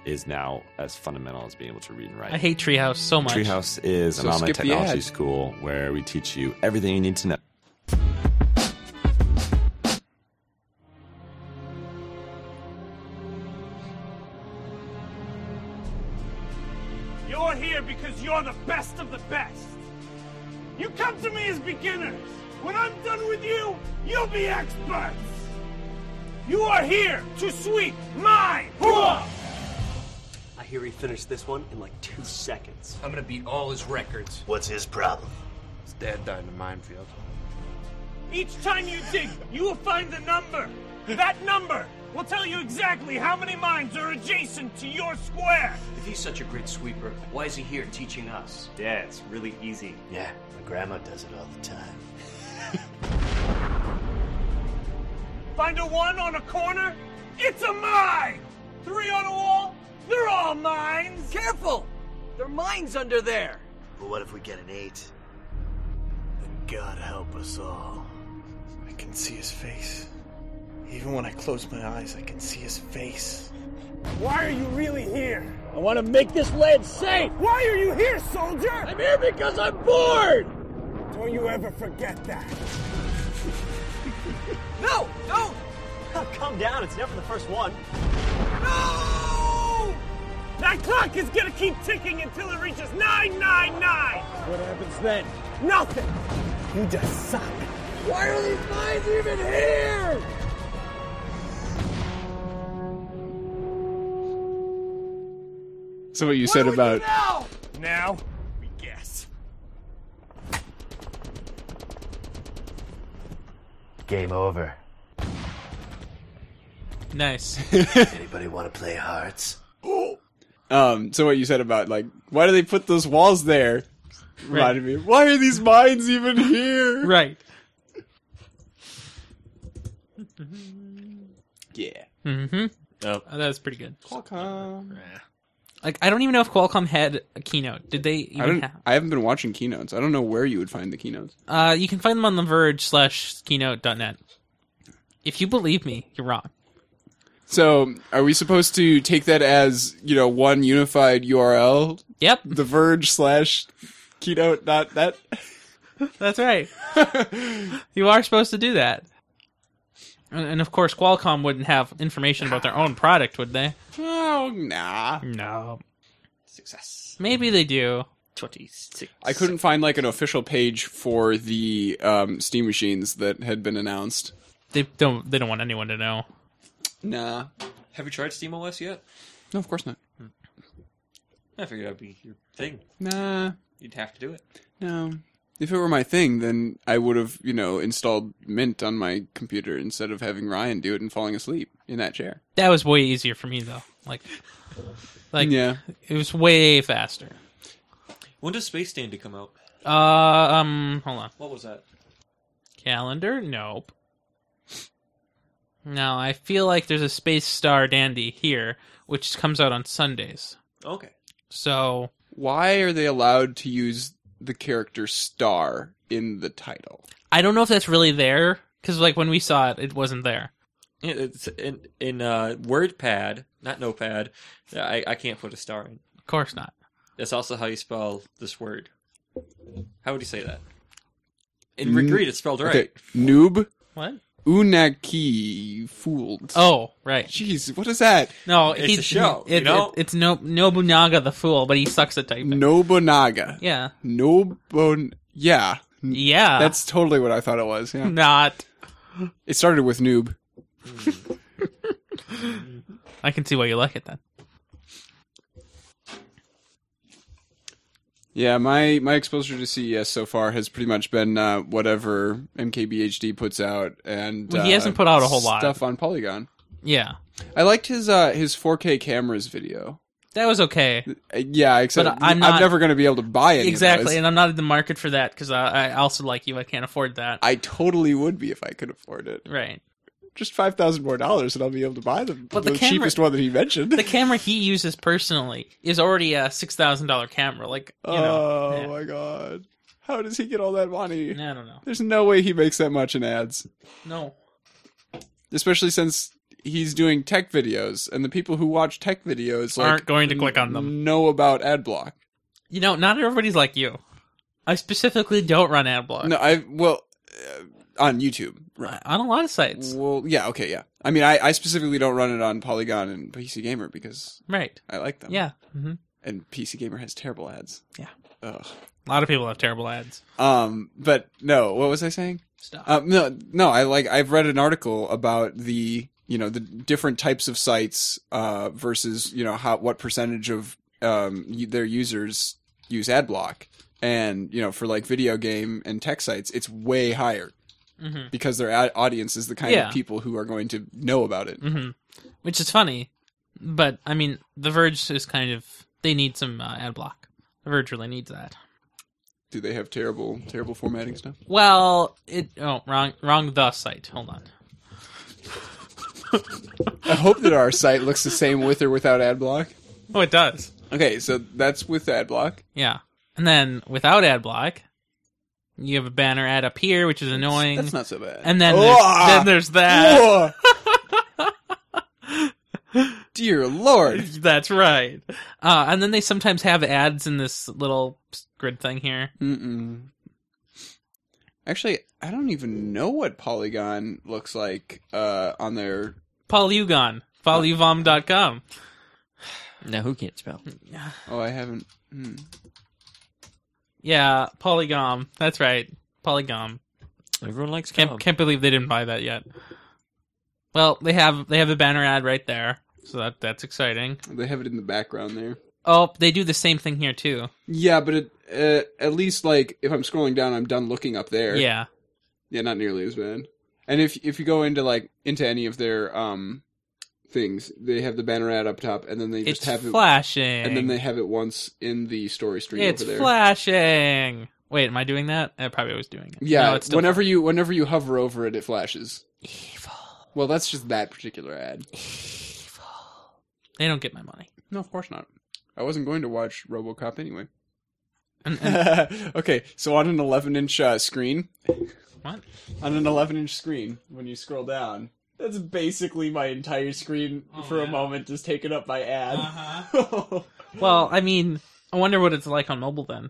S6: is now as fundamental as being able to read and write.
S3: I hate Treehouse so much.
S6: Treehouse is
S4: So
S6: an online
S4: skip the
S6: technology
S4: ad.
S6: school where we teach you everything you need to know.
S7: You're here because you're the best of the best. You come to me as beginners. When I'm done with you, you'll be experts. You are here to sweep my floor.
S8: I hear he finished this one in like two seconds.
S9: I'm gonna beat all his records.
S8: What's his problem?
S9: His dad died in a minefield.
S7: Each time you dig, you will find the number. That number will tell you exactly how many mines are adjacent to your square.
S9: If he's such a great sweeper, why is he here teaching us?
S10: Yeah, it's really easy.
S8: Yeah, my grandma does it all the time.
S7: Find a one on a corner, it's a mine. Three on a wall, they're all mines.
S9: Careful! There are mines under there!
S8: But what if we get an eight? Then God help us all.
S11: I can see his face. Even when I close my eyes, I can see his face.
S7: Why are you really here? I want to make this land safe. Why are you here, soldier? I'm here because I'm bored. Don't you ever forget that.
S8: Come down, it's never the first one.
S7: No! That clock is gonna keep ticking until it reaches 999! What happens then? Nothing! You just suck! Why are these mines even here?
S4: So what you said about
S7: Now! Now? We guess.
S8: Game over.
S3: Nice.
S8: Anybody want to play hearts?
S4: um, so what you said about like why do they put those walls there? Reminded me. Why are these mines even here?
S3: right.
S4: Yeah.
S3: Mm-hmm.
S2: Oh.
S3: Oh, that was pretty good.
S4: Qualcomm.
S3: Like I don't even know if Qualcomm had a keynote. Did they
S4: I
S3: even
S4: don't.
S3: have?
S4: I haven't been watching keynotes. I don't know where you would find the keynotes.
S3: Uh, you can find them on the verge slash keynote.net. If you believe me, you're wrong.
S4: So are we supposed to take that as you know one unified URL?
S3: Yep,
S4: The Verge slash keynote dot that.
S3: that's right. you are supposed to do that. And, and of course, Qualcomm wouldn't have information about their own product, would they?
S4: Oh nah.
S3: No.
S2: Success.
S3: Maybe they do.
S2: Twenty-six.
S4: I couldn't find like an official page for the um, Steam machines that had been announced.
S3: They don't. They don't want anyone to know.
S4: Nah.
S2: Have you tried SteamOS yet?
S4: No, of course not.
S2: I figured that'd be your thing.
S4: Nah.
S2: You'd have to do it.
S4: No. If it were my thing, then I would have, you know, installed Mint on my computer instead of having Ryan do it and falling asleep in that chair.
S3: That was way easier for me though. Like, like
S4: yeah.
S3: it was way faster.
S2: When does Space Dandy come out?
S3: Uh, um, hold on.
S2: What was that?
S3: Calendar? Nope. No, I feel like there's a Space Star Dandy here, which comes out on Sundays.
S2: Okay.
S3: So
S4: Why are they allowed to use the character star in the title?
S3: I don't know if that's really there, because like when we saw it, it wasn't there.
S2: Yeah, It's in in uh, WordPad, not Notepad. I I can't put a star in.
S3: Of course not.
S2: That's also how you spell this word. How would you say that? In
S4: Mm.
S2: Rigreed, it's spelled right.
S4: Okay. Noob
S3: What?
S4: Unaki Fooled.
S3: Oh, right.
S4: Jeez, what is that?
S3: No,
S2: It's
S3: he's
S2: a show,
S3: It,
S2: you know?
S3: it- it's no Nobunaga the fool, but he sucks at typing.
S4: Nobunaga.
S3: Yeah,
S4: Nobun. Yeah.
S3: yeah.
S4: That's totally what I thought it was. Yeah.
S3: not.
S4: It started with noob.
S3: I can see why you like it then.
S4: Yeah, my my exposure to CES so far has pretty much been uh, whatever MKBHD puts out, and
S3: Well, he
S4: uh,
S3: hasn't put out a whole lot.
S4: stuff on Polygon.
S3: Yeah,
S4: I liked his uh, his 4K cameras video.
S3: that was okay.
S4: Uh, yeah, except
S3: But
S4: I'm,
S3: I'm not-
S4: never going to be able to buy any. of
S3: Exactly,
S4: those.
S3: and I'm not in the market for that because I, I also like you. I can't afford that.
S4: I totally would be if I could afford it.
S3: right.
S4: Just five thousand more dollars, and I'll be able to buy them.
S3: But
S4: the,
S3: the camera-
S4: cheapest one that he mentioned.
S3: The camera he uses personally is already a six thousand dollar camera. Like you know,
S4: oh
S3: yeah.
S4: my god! How does he get all that money?
S3: I don't know.
S4: There's no way he makes that much in ads.
S3: No.
S4: especially since he's doing tech videos and the people who watch tech videos like,
S3: Aren't going to click on them.
S4: know about ad block
S3: You know, not everybody's like you. I specifically don't run ad block
S4: no i well uh, on youtube right
S3: on a lot of sites.
S4: well yeah okay yeah i mean I, I specifically don't run it on polygon and pc gamer because
S3: Right.
S4: i like them
S3: Yeah. hmm
S4: and pc gamer has terrible ads
S3: Yeah.
S4: Ugh.
S3: A lot of people have terrible ads.
S4: um but no what was i saying
S3: Stuff.
S4: Um, no, no. I like. I've read an article about the you know the different types of sites uh, versus you know how what percentage of um, y- their users use ad block, and you know for like video game and tech sites, it's way higher
S3: Mhm.
S4: because their ad- audience is the kind
S3: Yeah.
S4: of people who are going to know about it.
S3: hmm Which is funny, but I mean, The Verge is kind of they need some uh, ad block. The Verge really needs that.
S4: Do they have terrible terrible formatting stuff?
S3: Well, it oh wrong wrong the site. Hold on.
S4: I hope that our site looks the same with or without ad block.
S3: Oh, it does.
S4: Okay, so that's with ad block.
S3: Yeah. And then without ad block, you have a banner ad up here, which is annoying.
S4: That's not so bad. Oh, ah!
S3: and then there's,
S4: Whoa!
S3: then there's that.
S4: Whoa. Dear Lord.
S3: That's right. Uh, and then they sometimes have ads in this little grid thing here.
S4: Mm-mm. Actually, I don't even know what Polygon looks like uh, on their.
S3: Polygon, polyvom.com.
S2: Now who can't spell?
S4: Oh, I haven't. Hmm.
S3: Yeah, Polygom. That's right. Polygom.
S2: Everyone likes
S3: Can't
S4: Oh.
S2: Calm.
S3: can't believe they didn't buy that yet. Well, they have they have the banner ad right there. So that that's exciting.
S4: They have it in the background there.
S3: Oh, they do the same thing here too.
S4: Yeah, but it, uh, at least like if I'm scrolling down, I'm done looking up there.
S3: Yeah.
S4: yeah, not nearly as bad. And if if you go into like into any of their um things, they have the banner ad up top, and then they just
S3: It's
S4: have it,
S3: flashing.
S4: and then they have it once in the story stream
S3: It's
S4: over there.
S3: flashing. Wait, am I doing that? I probably was doing it.
S4: Yeah,
S3: No, it's still
S4: whenever you whenever you hover over it, it flashes. Evil. Well, that's just that particular ad.
S3: fl- they don't get my money.
S4: No, of course not. I wasn't going to watch RoboCop anyway.
S3: And, and
S4: okay, so on an 11 inch uh, screen,
S3: what?
S4: on an 11 inch screen, when you scroll down, that's basically my entire screen for a moment is taken up by ad. Uh-huh.
S3: Well, I mean, I wonder what it's like on mobile then.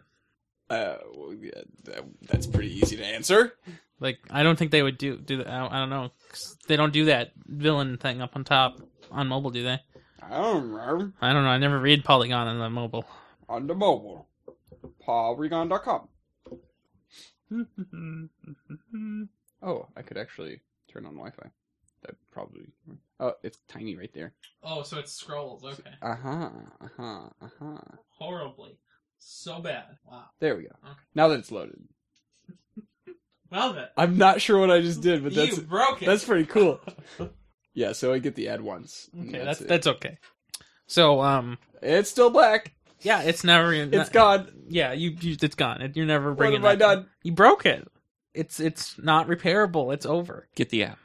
S4: Uh, well, yeah, that, that's pretty easy to answer.
S3: Like, I don't think they would do do. that. I don't, I don't know. 'Cause They don't do that villain thing up on top on mobile, do they?
S4: I don't know.
S3: I don't know. I never read Polygon on the mobile.
S4: On the mobile, polygon.com. Oh, I could actually turn on Wi-Fi. That probably. Oh, it's tiny right there.
S3: Oh, so it scrolls. Okay,
S4: Uh huh. Uh huh. Uh huh.
S3: horribly, so bad. Wow.
S4: There we go.
S3: Okay.
S4: Now that it's loaded,
S3: Well then,
S4: I'm not sure what I just did, but that's
S3: broke
S4: that's pretty cool. yeah. So I get the ad once. and
S3: okay, that's
S4: it.
S3: that's okay. So, um,
S4: It's still black.
S3: yeah, it's never.
S4: It's gone.
S3: Yeah, you, you it's gone. It- You're never bringing.
S4: have I
S3: that back.
S4: done?
S3: You broke it. It's it's not repairable. It's over.
S2: Get the app.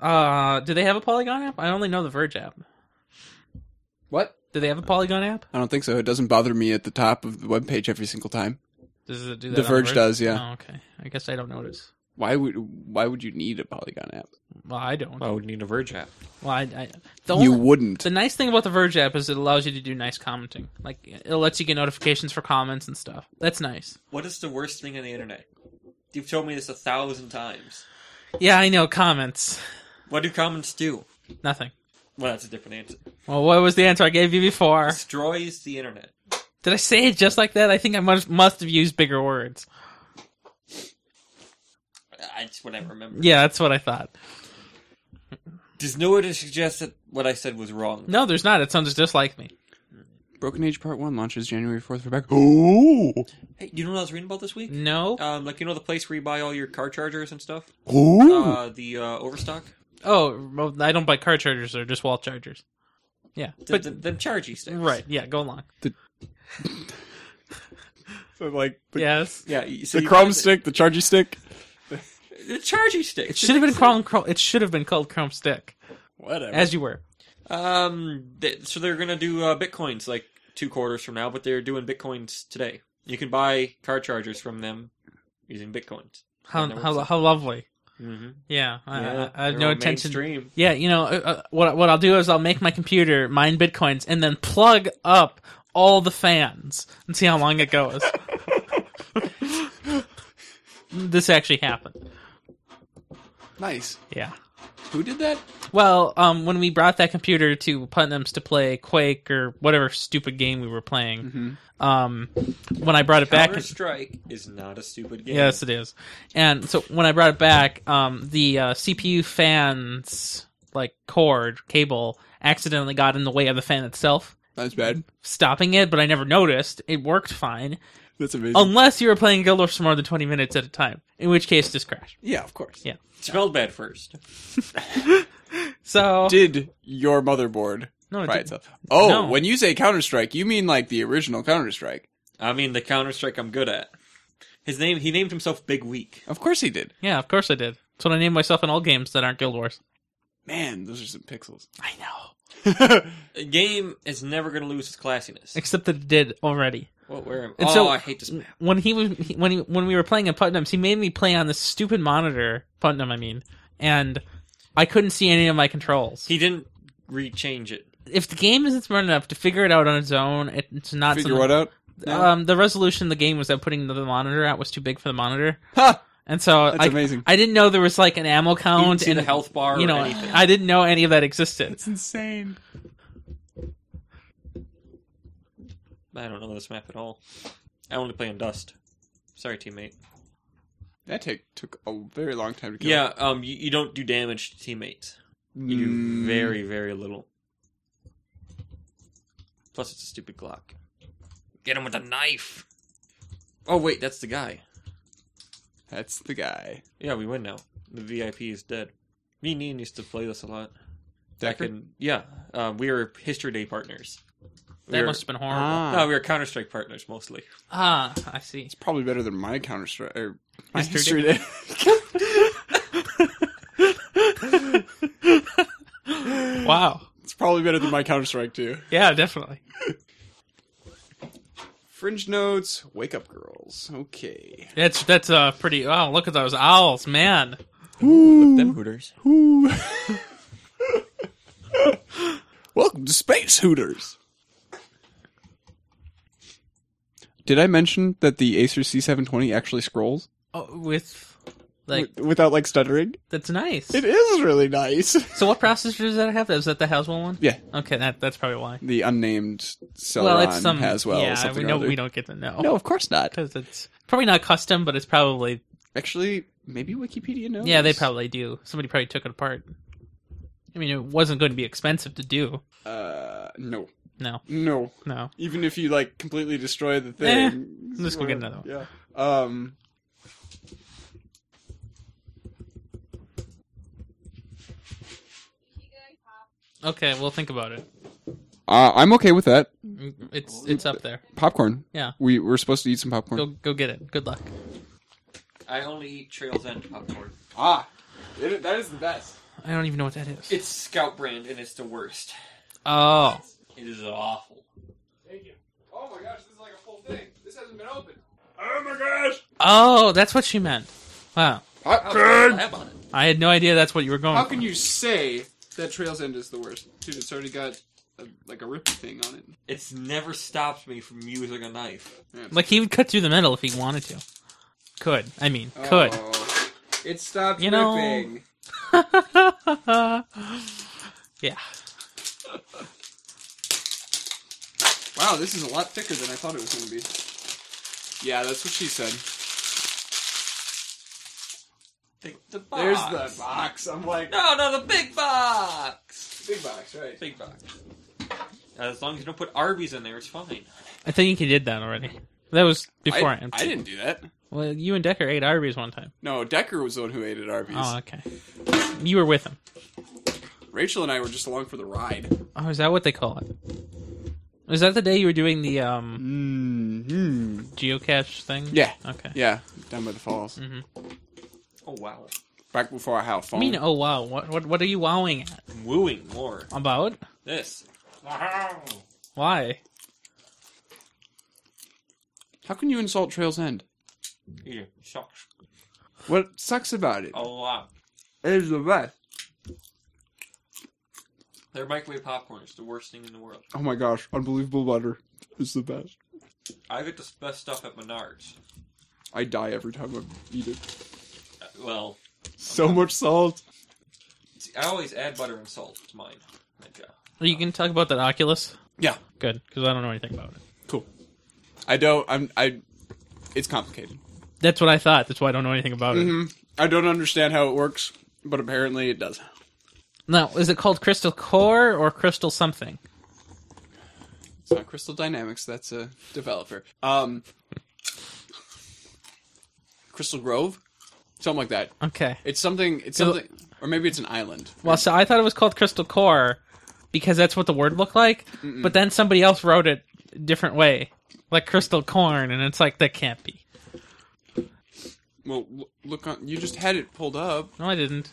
S3: Uh, do they have a Polygon app? I only know the Verge app.
S4: What?
S3: Do they have a Polygon app?
S4: I don't think so. It doesn't bother me at the top of the webpage every single time.
S3: Does it do that
S4: The
S3: on
S4: Verge does, yeah.
S3: Oh, okay. I guess I don't notice.
S4: Why would Why would you need a Polygon app?
S3: Well, I don't.
S2: I would need a Verge app.
S3: Well, I, I the
S4: Oh. you
S3: only-
S4: wouldn't.
S3: Oh, the nice thing about the Verge app is it allows you to do nice commenting. Like it lets you get notifications for comments and stuff. That's nice.
S2: What is the worst thing on the internet? You've told me this a thousand times.
S3: Yeah, I know comments.
S2: What do comments do?
S3: Nothing.
S2: Well, that's a different answer.
S3: Well, what was the answer I gave you before?
S2: Destroys the internet.
S3: Did I say it just like that? I think I must must have used bigger words.
S2: That's what I remember.
S3: Yeah, that's what I thought.
S2: There's no way to suggest that what I said was wrong.
S3: No, there's not. It sounds just like me.
S4: Broken Age Part One launches January fourth for back. Ooh,
S2: Hey, you know what I was reading about this week?
S3: No.
S4: Oh.
S2: Um, like you know the place where you buy all your car chargers and stuff.
S4: ooh.
S2: Uh, the uh, Overstock.
S3: Oh, well, I don't buy car chargers. They're just wall chargers. Yeah,
S2: The,
S3: but
S2: the, the chargey sticks.
S3: right. Yeah, go along.
S4: so like the,
S3: yes.
S2: Yeah. you- So
S4: the
S2: you
S4: Chrome
S2: buy
S4: stick, the Chargy stick,
S2: The chargey
S3: It
S2: sticks.
S3: should have been called. Chrome, it should have been called Chrome Stick,
S4: whatever.
S3: as you were.
S2: Um, th- so they're gonna do uh, bitcoins like two quarters from now, but they're doing bitcoins today. You can buy car chargers from them using bitcoins.
S3: How
S2: On their
S3: how,
S2: website.
S3: how lovely.
S2: Mm-hmm.
S3: Yeah, I, I, I have no intention.
S2: Mainstream.
S3: Yeah, you know uh, uh, what? What I'll do is I'll make my computer mine bitcoins and then plug up all the fans and see how long it goes. this actually happened.
S4: nice.
S3: Yeah.
S4: Who did that?
S3: Well, um, when we brought that computer to Putnam's to play Quake or whatever stupid game we were playing, um, when I brought it back,
S2: Counter Strike is not a stupid game.
S3: yes, it is. And so when I brought it back, um, the uh, CPU fans like cord cable accidentally got in the way of the fan itself,
S4: That's bad.
S3: stopping it. But I never noticed. It worked fine,
S4: That's amazing.
S3: unless you were playing Guild Wars for more than twenty minutes at a time, in which case just crash.
S4: yeah, of course.
S3: Yeah.
S2: spelled bad first.
S3: So
S4: Did your motherboard
S3: no, it
S4: by
S3: didn't.
S4: itself? Oh,
S3: No.
S4: when you say Counter Strike, you mean like the original Counter Strike?
S2: I mean, the Counter Strike I'm good at. His name. He named himself Big Week.
S4: Of course he did.
S3: yeah, of course I did. That's what I named myself in all games that aren't Guild Wars.
S4: Man, those are some pixels.
S3: I know.
S2: A game is never gonna lose its classiness.
S3: except that it did already.
S2: What? Where? Am,
S3: And
S2: oh,
S3: so-
S2: I hate this map.
S3: When he was he- when he, when we were playing at Putnam's, he made me play on this stupid monitor, Putnam, I mean, and I couldn't see any of my controls.
S2: He didn't rechange it.
S3: if the game isn't smart enough to figure it out on its own, it, it's not.
S4: Figure
S3: something-
S4: what out? now?
S3: Um, the resolution the game was at putting the monitor out was too big for the monitor,
S4: Ha!
S3: and so
S4: That's
S3: I,
S4: amazing.
S3: I didn't know there was like an ammo
S2: He didn't
S3: count
S2: see
S3: and
S2: the health bar
S3: You
S2: or
S3: know,
S2: anything.
S3: I didn't know any of that existed.
S4: That's insane.
S2: I don't know this map at all. I only play in Dust. Sorry, teammate.
S4: That take took a very long time to kill.
S2: Yeah, um, you, you don't do damage to teammates. You do
S4: Mm,
S2: very, very little. Plus, it's a stupid Glock. Get him with a knife. Oh wait, that's the guy.
S4: That's the guy.
S2: Yeah, we win now. The VIP is dead. Me and Ian used to play this a lot. Back
S4: Decker?
S2: in- yeah, uh, we were History Day partners. We
S3: That
S2: were-
S3: must have been horrible. Ah,
S4: Ah,
S2: No, we were Counter Strike partners mostly.
S3: I see.
S4: it's probably better than my er, Counter Strike or my
S3: History
S4: History Day.
S3: Wow.
S4: it's probably better than my Counter Strike too.
S3: Yeah, definitely.
S4: Fringe notes. Wake up, girls. Okay.
S3: That's that's uh pretty. Oh, look at those owls, man.
S2: Them Hooters.
S4: Ooh. Welcome to Space Hooters. Did I mention that the Acer C720 actually scrolls
S3: Oh, with like
S4: Wi- without like stuttering?
S3: that's nice.
S4: It is really nice.
S3: So what processor does that have? Is that the Haswell one?
S4: Yeah.
S3: Okay, that that's probably why.
S4: The unnamed Celeron
S3: well, it's some
S4: Haswell.
S3: Yeah,
S4: something
S3: we
S4: or
S3: know
S4: other.
S3: we don't get to know.
S4: No, of course not.
S3: because it's probably not custom, but it's probably
S4: Actually, maybe Wikipedia knows.
S3: yeah. They probably do. Somebody probably took it apart. I mean, it wasn't going to be expensive to do.
S4: Uh, no,
S3: No,
S4: no.
S3: no.
S4: Even if you like completely destroy the thing,
S3: Eh, let's go get another one.
S4: Yeah. Um.
S3: Okay, we'll think about it.
S4: Uh, I'm okay with that.
S3: It's it's up there.
S4: Popcorn.
S3: Yeah.
S4: We we're supposed to eat some popcorn.
S3: Go go get it. Good luck.
S2: I only eat Trails End popcorn.
S4: Ah, it, that is the best.
S3: I don't even know what that is.
S2: It's Scout brand, and it's the worst.
S3: oh,
S2: It is awful.
S4: Thank you. Oh my gosh, this is like a full thing. This hasn't been opened.
S7: Oh my gosh!
S3: oh, that's what she meant. Wow,
S4: Popcorn.
S2: Slab on it.
S3: I had no idea that's what you were going.
S4: How
S3: for.
S4: can you say that Trails End is the worst, dude? It's already got a, like a rip thing on it.
S2: It's never stopped me from using a knife.
S3: Like he would cut through the metal if he wanted to. Could I mean could?
S4: Oh, it stopped
S3: You know-
S4: ripping.
S3: yeah.
S4: Wow, this is a lot thicker than I thought it was going to be. Yeah, that's what she said.
S2: The, the box.
S4: There's the box. I'm like,
S2: No, no, the big box.
S4: big box, right?
S2: Big box. As long as you don't put Arby's in there, it's fine.
S3: I think you did that already. That was before
S4: I, I didn't do that.
S3: Well, you and Decker ate Arby's one time.
S4: No, Decker was the one who ate at Arby's.
S3: Oh, okay. You were with him.
S4: Rachel and I were just along for the ride.
S3: Oh, is that what they call it? Was that the day you were doing the um
S4: Mm-hmm.
S3: geocache thing?
S4: Yeah.
S3: Okay.
S4: Yeah, down by the falls.
S2: Oh wow.
S4: Back before I had
S3: I
S4: phone.
S3: mean, oh wow, what what what are you wowing at
S2: I'm wooing more.
S3: about?
S2: This.
S3: Why?
S4: How can you insult Trails End?
S2: Here, shucks.
S4: What sucks about it?
S2: A lot.
S4: It is the best.
S2: Their microwave popcorn is the worst thing in the world.
S4: Oh my gosh, unbelievable butter. It's the best.
S2: I get the best stuff at Menards.
S4: I die every time I eat it.
S2: Uh, Well,
S4: So much salt.
S2: see, I always add butter and salt to mine. My job.
S3: Are you going to talk about that Oculus?
S4: Yeah.
S3: Good, because I don't know anything about it.
S4: Cool. I don't. I'm. I. It's complicated.
S3: That's what I thought. That's why I don't know anything about
S4: Mm-hmm.
S3: it.
S4: I don't understand how it works, but apparently it does.
S3: Now, is it called Crystal Core or Crystal something?
S4: It's not Crystal Dynamics. That's a developer. Um. Crystal Grove, something like that.
S3: Okay.
S4: It's something. It's
S3: So-
S4: something, or maybe it's an island.
S3: Well, so I thought it was called Crystal Core because that's what the word looked like, but then somebody else wrote it a different way, like Crystal Corn, and it's like, that can't be.
S4: Well, l- look on. You just had it pulled up.
S3: No, I didn't.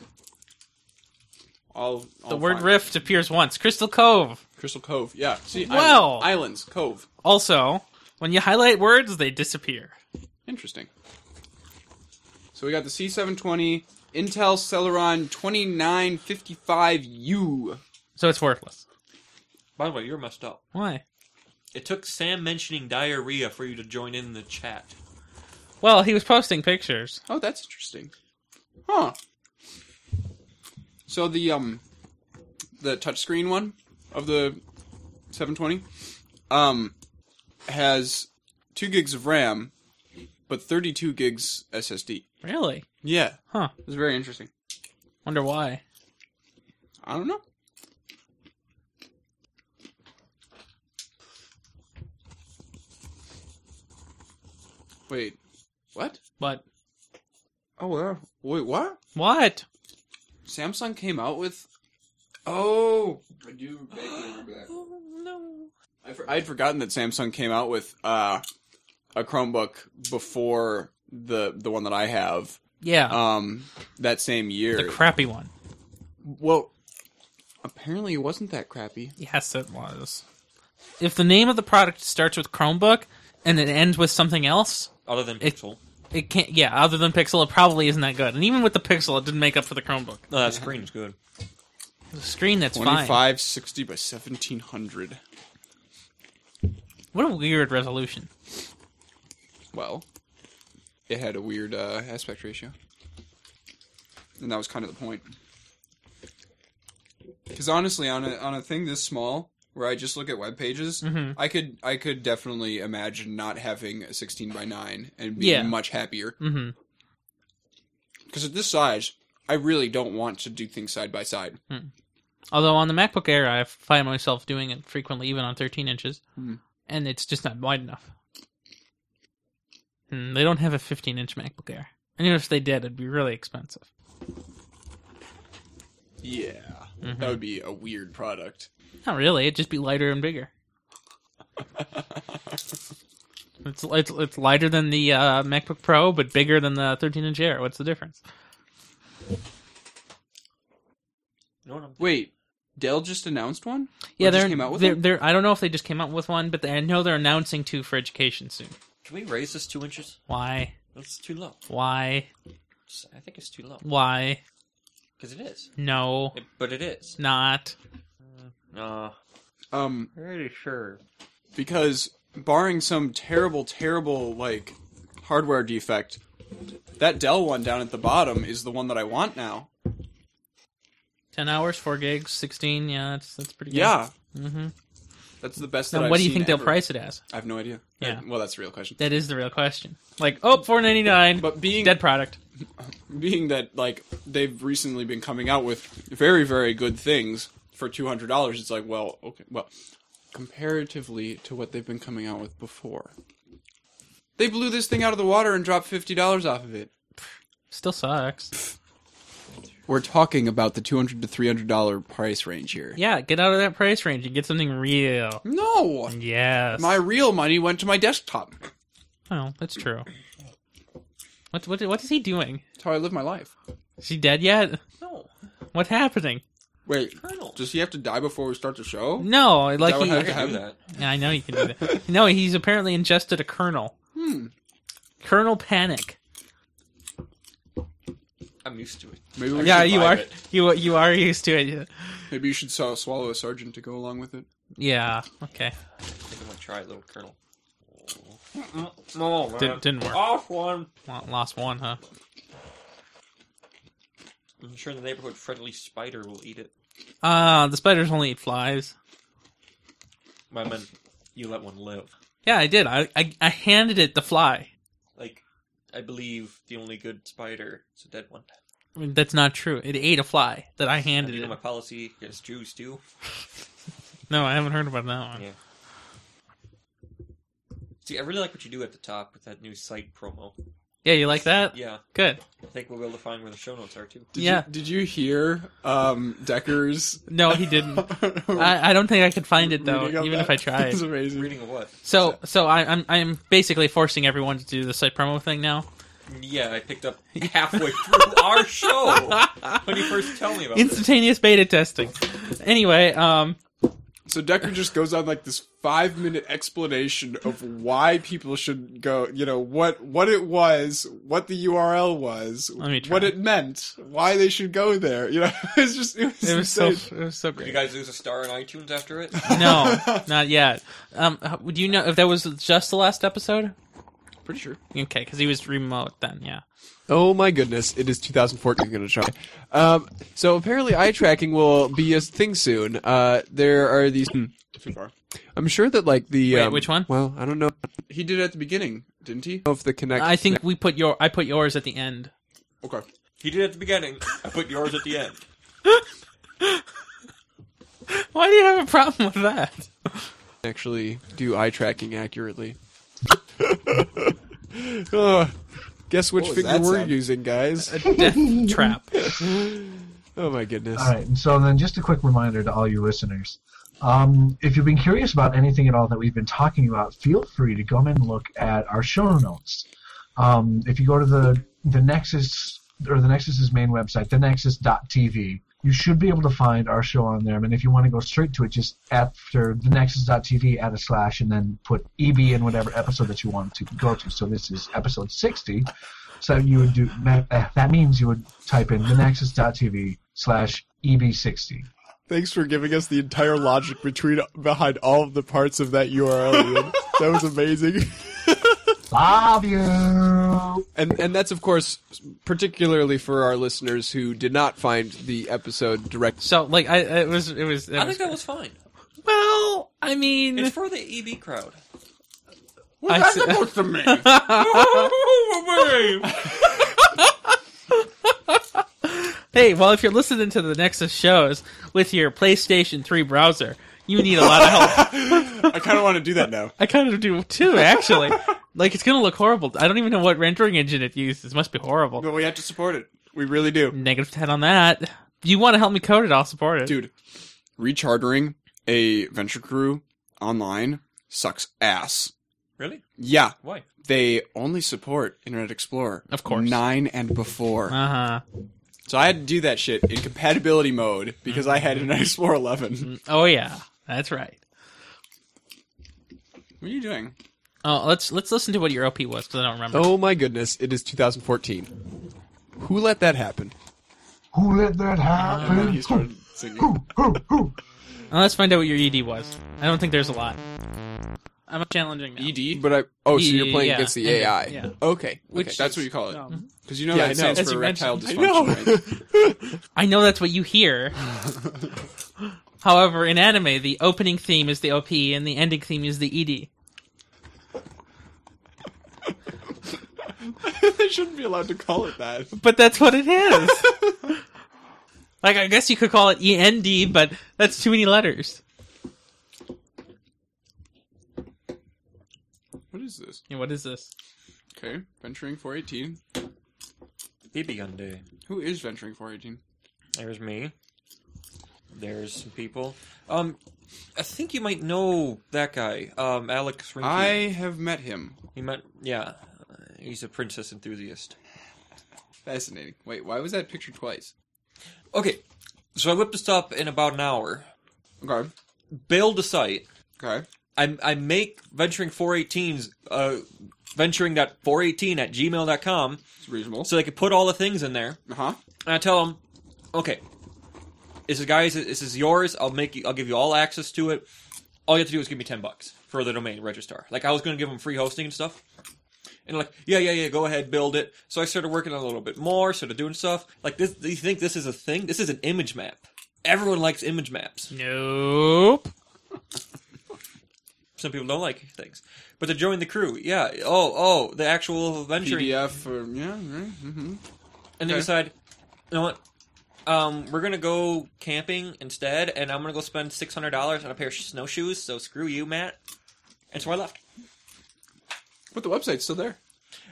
S4: I'll.
S3: The word rift appears once. Crystal Cove.
S4: Crystal Cove. Yeah. See.
S3: Wow.
S4: island- islands. Cove.
S3: Also, when you highlight words, they disappear.
S4: Interesting. So we got the C720 Intel Celeron 2955U.
S3: So it's worthless.
S2: By the way, you're messed up.
S3: Why?
S2: It took Sam mentioning diarrhea for you to join in the chat.
S3: Well, he was posting pictures.
S4: Oh, that's interesting. Huh. So the um the touchscreen one of the 720 um has two gigs of RAM, but 32 gigs SSD.
S3: Really?
S4: Yeah.
S3: Huh.
S4: It's very interesting.
S3: Wonder why.
S4: I don't know. Wait, what?
S3: But
S4: Oh, uh, wait, what?
S3: what?
S4: Samsung came out with. Oh, I do vaguely remember that.
S3: Oh, no.
S4: I for- I'd forgotten that Samsung came out with uh, a Chromebook before the the one that I have
S3: Yeah.
S4: um, that same year.
S3: the crappy one.
S4: well, apparently it wasn't that crappy.
S3: Yes, it was. If the name of the product starts with Chromebook and it ends with something else,
S2: Other than
S3: It-
S2: Pixel.
S3: it can't. Yeah, other than Pixel, it probably isn't that good. And even with the Pixel, it didn't make up for the Chromebook.
S2: No, that screen's good.
S3: The screen that's
S4: Twenty
S3: fine.
S4: five sixty by seventeen hundred.
S3: What a weird resolution.
S4: Well, it had a weird uh, aspect ratio, and that was kind of the point. Because honestly, on a on a thing this small, where I just look at web pages,
S3: Mm-hmm.
S4: I could I could definitely imagine not having a sixteen by nine and being
S3: Yeah.
S4: much happier.
S3: Mm-hmm.
S4: Because at this size, I really don't want to do things side by side.
S3: Although on the MacBook Air, I find myself doing it frequently, even on 13 inches,
S4: Hmm.
S3: and it's just not wide enough. And they don't have a 15 inch MacBook Air, and even if they did, it'd be really expensive.
S4: Yeah,
S3: Mm-hmm.
S4: that would be a weird product.
S3: Not really. It'd just be lighter and bigger. it's it's it's lighter than the uh, MacBook Pro, but bigger than the 13 inch Air. What's the difference?
S2: You know what I'm
S4: Wait, Dell just announced one.
S3: Yeah,
S4: Or just
S3: they're,
S4: came out with
S3: they're,
S4: one?
S3: they're- I don't know if they just came out with one, but they, I know they're announcing two for education soon.
S2: Can we raise this two inches?
S3: Why?
S2: That's too low.
S3: Why?
S2: I think it's too low.
S3: Why?
S2: Because it is.
S3: No,
S2: It, but it is.
S3: it's not.
S2: Uh,
S4: Um,
S2: pretty sure.
S4: because barring some terrible, terrible like hardware defect, that Dell one down at the bottom is the one that I want now.
S3: 10 hours, 4 gigs, 16. Yeah, that's that's pretty good.
S4: Yeah,
S3: Mm-hmm.
S4: that's the best.
S3: Now,
S4: that
S3: what
S4: I've
S3: do you
S4: seen
S3: think they'll
S4: ever.
S3: price it as?
S4: I have no idea.
S3: Yeah.
S4: Uh, Well, that's the real question.
S3: That is the real question. Like, oh, 4.99,
S4: But being
S3: dead product.
S4: being that like they've recently been coming out with very very good things for two hundred dollars, it's like well okay well comparatively to what they've been coming out with before. They blew this thing out of the water and dropped fifty dollars off of it.
S3: Still sucks.
S4: We're talking about the two hundred to three hundred dollar price range here.
S3: Yeah, get out of that price range and get something real.
S4: No,
S3: Yes.
S4: my real money went to my desktop. That's
S3: Oh, that's true. What what what is he doing?
S4: how I live my life.
S3: Is he dead yet?
S2: No.
S3: What's happening?
S4: Wait,
S2: Colonel.
S4: does he have to die before we start the show?
S3: No, like
S4: that what
S3: he.
S4: happened?
S2: I do that.
S3: Yeah, I know you can do that. no, he's apparently ingested a kernel.
S4: Hmm.
S3: Kernel panic.
S2: I'm used to it.
S4: Maybe we
S3: yeah,
S4: should
S3: you
S4: buy
S3: are
S4: it.
S3: you you are used to it.
S4: Maybe you should saw, swallow a sergeant to go along with it.
S3: Yeah. Okay.
S2: I think I'm gonna try little Colonel. No, man.
S3: Didn't didn't work.
S2: Off one.
S3: Well, Lost one, huh?
S2: I'm sure the neighborhood friendly spider will eat it.
S3: Ah, the spiders only eat flies.
S2: My man, you let one live.
S3: Yeah, I did. I I, I handed it the fly.
S2: Like, I believe the only good spider is a dead one.
S3: I mean, that's not true. It ate a fly that I
S2: And
S3: handed
S2: you know
S3: it.
S2: my policy against Jews too.
S3: No, I haven't heard about that one.
S2: Yeah. See, I really like what you do at the top with that new site promo.
S3: Yeah, you like that?
S2: Yeah,
S3: Good.
S2: I think we'll be able to find where the show notes are too.
S4: Did
S3: Yeah.
S4: You, did you hear um, Decker's?
S3: No, he didn't. I, I don't think I could find it though,
S4: reading of
S3: even
S4: that?
S3: if I tried.
S4: It's amazing.
S2: Reading of what?
S3: So, so I, I'm I'm basically forcing everyone to do the site promo thing now.
S2: Yeah, I picked up halfway through our show when you first tell me about it.
S3: Instantaneous beta testing. Anyway, um,
S4: So Decker just goes on like this five minute explanation of why people should go. You know what what it was, what the URL was,
S3: Let me try.
S4: what it meant, why they should go there. You know, it's just it was,
S3: it was so
S4: insane.
S3: it was so
S2: Did you
S3: great.
S2: guys lose a star in iTunes after it?
S3: No, not yet. Um, h- would you know if that was just the last episode?
S4: Pretty sure.
S3: Okay, because he was remote then. Yeah.
S4: Oh my goodness, it is 2014. I'm gonna try. Um, so apparently, eye tracking will be a thing soon. Uh, there are these.
S2: Too far.
S4: I'm sure that like the.
S3: Wait,
S4: um,
S3: which one?
S4: Well, I don't know. He did it at the beginning, didn't he? Of the connect.
S3: I think we put your I put yours at the end.
S4: Okay.
S2: He did it at the beginning. I put yours at the end.
S3: Why do you have a problem with that?
S4: Actually, do eye tracking accurately. Ugh. Uh, guess which What was figure that we're sound? using, guys.
S3: Death trap.
S4: Oh my goodness.
S10: All right. So then, just a quick reminder to all you listeners: um, if you've been curious about anything at all that we've been talking about, feel free to go in and look at our show notes. Um, if you go to the the Nexus or the Nexus's main website, thenexus.tv, you should be able to find our show on there. And if you want to go straight to it, just after thenexus.tv, add a slash, and then put eb in whatever episode that you want to go to. So this is episode sixty. So you would do that eh, that means you would type in thenexus.tv slash E eb60.
S4: Thanks for giving us the entire logic between behind all of the parts of that URL. Ian. that was amazing.
S10: Love you.
S4: And and that's of course particularly for our listeners who did not find the episode direct.
S3: So like I it was it was. It
S2: I
S3: was
S2: think that was fine.
S3: well, I mean,
S2: It's for the EB crowd.
S3: I
S4: That's
S3: said-
S4: supposed to mean.
S3: hey, well, if you're listening to the Nexus shows with your PlayStation 3 browser, you need a lot of help.
S4: I kind of want to do that now.
S3: I kind of do too, actually. Like it's gonna look horrible. I don't even know what rendering engine it uses. must be horrible.
S4: But we have to support it. We really do,
S3: Negative ten on that. You want to help me code it? I'll support it.
S4: dude. Rechartering a venture crew online sucks ass.
S2: Really?
S4: Yeah,
S2: Why?
S4: they only support Internet Explorer,
S3: Of course.
S4: nine and before.
S3: Uh huh.
S4: So I had to do that shit in compatibility mode because I
S3: Mm-hmm.
S4: had Internet Explorer 11.
S3: Oh yeah, that's right.
S4: What are you doing?
S3: Oh, let's let's listen to what your OP was because I don't remember.
S4: Oh my goodness, it is 2014. Who let that happen?
S10: Who let that happen?
S4: He started singing.
S10: Who, who, who?
S3: Uh, let's find out what your ED was. I don't think there's a lot. I'm challenging now.
S4: ED? But I oh, so you're playing
S3: E Yeah,
S4: against the
S3: yeah,
S4: AI.
S3: yeah.
S4: Okay,
S3: Which
S4: okay, that's
S3: is-
S4: what you call it.
S3: No.
S4: Because you know
S2: Yeah, I
S4: that
S2: know.
S4: stands
S3: Um, As
S4: for
S3: you
S4: erectile
S3: mentioned-
S4: dysfunction, right?
S3: I know that's what you hear. However, in anime, the opening theme is the OP and the ending theme is the E ED.
S4: they shouldn't be allowed to call it that.
S3: But that's what it is. like I guess you could call it END, but that's too many letters.
S4: What is this?
S3: Yeah, what is this?
S4: Okay, venturing 418.
S2: BB gun day.
S4: Who is venturing 418?
S2: There's me. There's some people. Um, I think you might know that guy, um, Alex Rinke.
S4: I have met him.
S2: He might, yeah. Uh, He's a princess enthusiast.
S4: Fascinating. Wait, why was that picture twice?
S2: Okay, so I whipped this up in about an hour.
S4: Okay,
S2: Build a site.
S4: okay.
S2: I, I make venturing 418s, uh, venturing.418 at gmail.com
S4: It's reasonable.
S2: so they can put all the things in there.
S4: uh huh.
S2: And I tell them, okay, this is guys, this is yours. I'll make you, I'll give you all access to it. All you have to do is give me ten bucks for the domain registrar. Like I was going to give them free hosting and stuff. And like, yeah, yeah, yeah, go ahead, build it. So I started working on it a little bit more, started doing stuff. Like this, do you think this is a thing? This is an image map. Everyone likes image maps.
S3: Nope.
S2: Some people don't like things. But to join the crew, yeah. Oh, oh, the actual venturing
S4: PDF or yeah, right. Mm-hmm.
S2: And they
S4: Okay.
S2: decide, you know what? Um, we're gonna go camping instead, and I'm gonna go spend six hundred dollars on a pair of snowshoes. So screw you, Matt. And so I left.
S4: But the website's still there.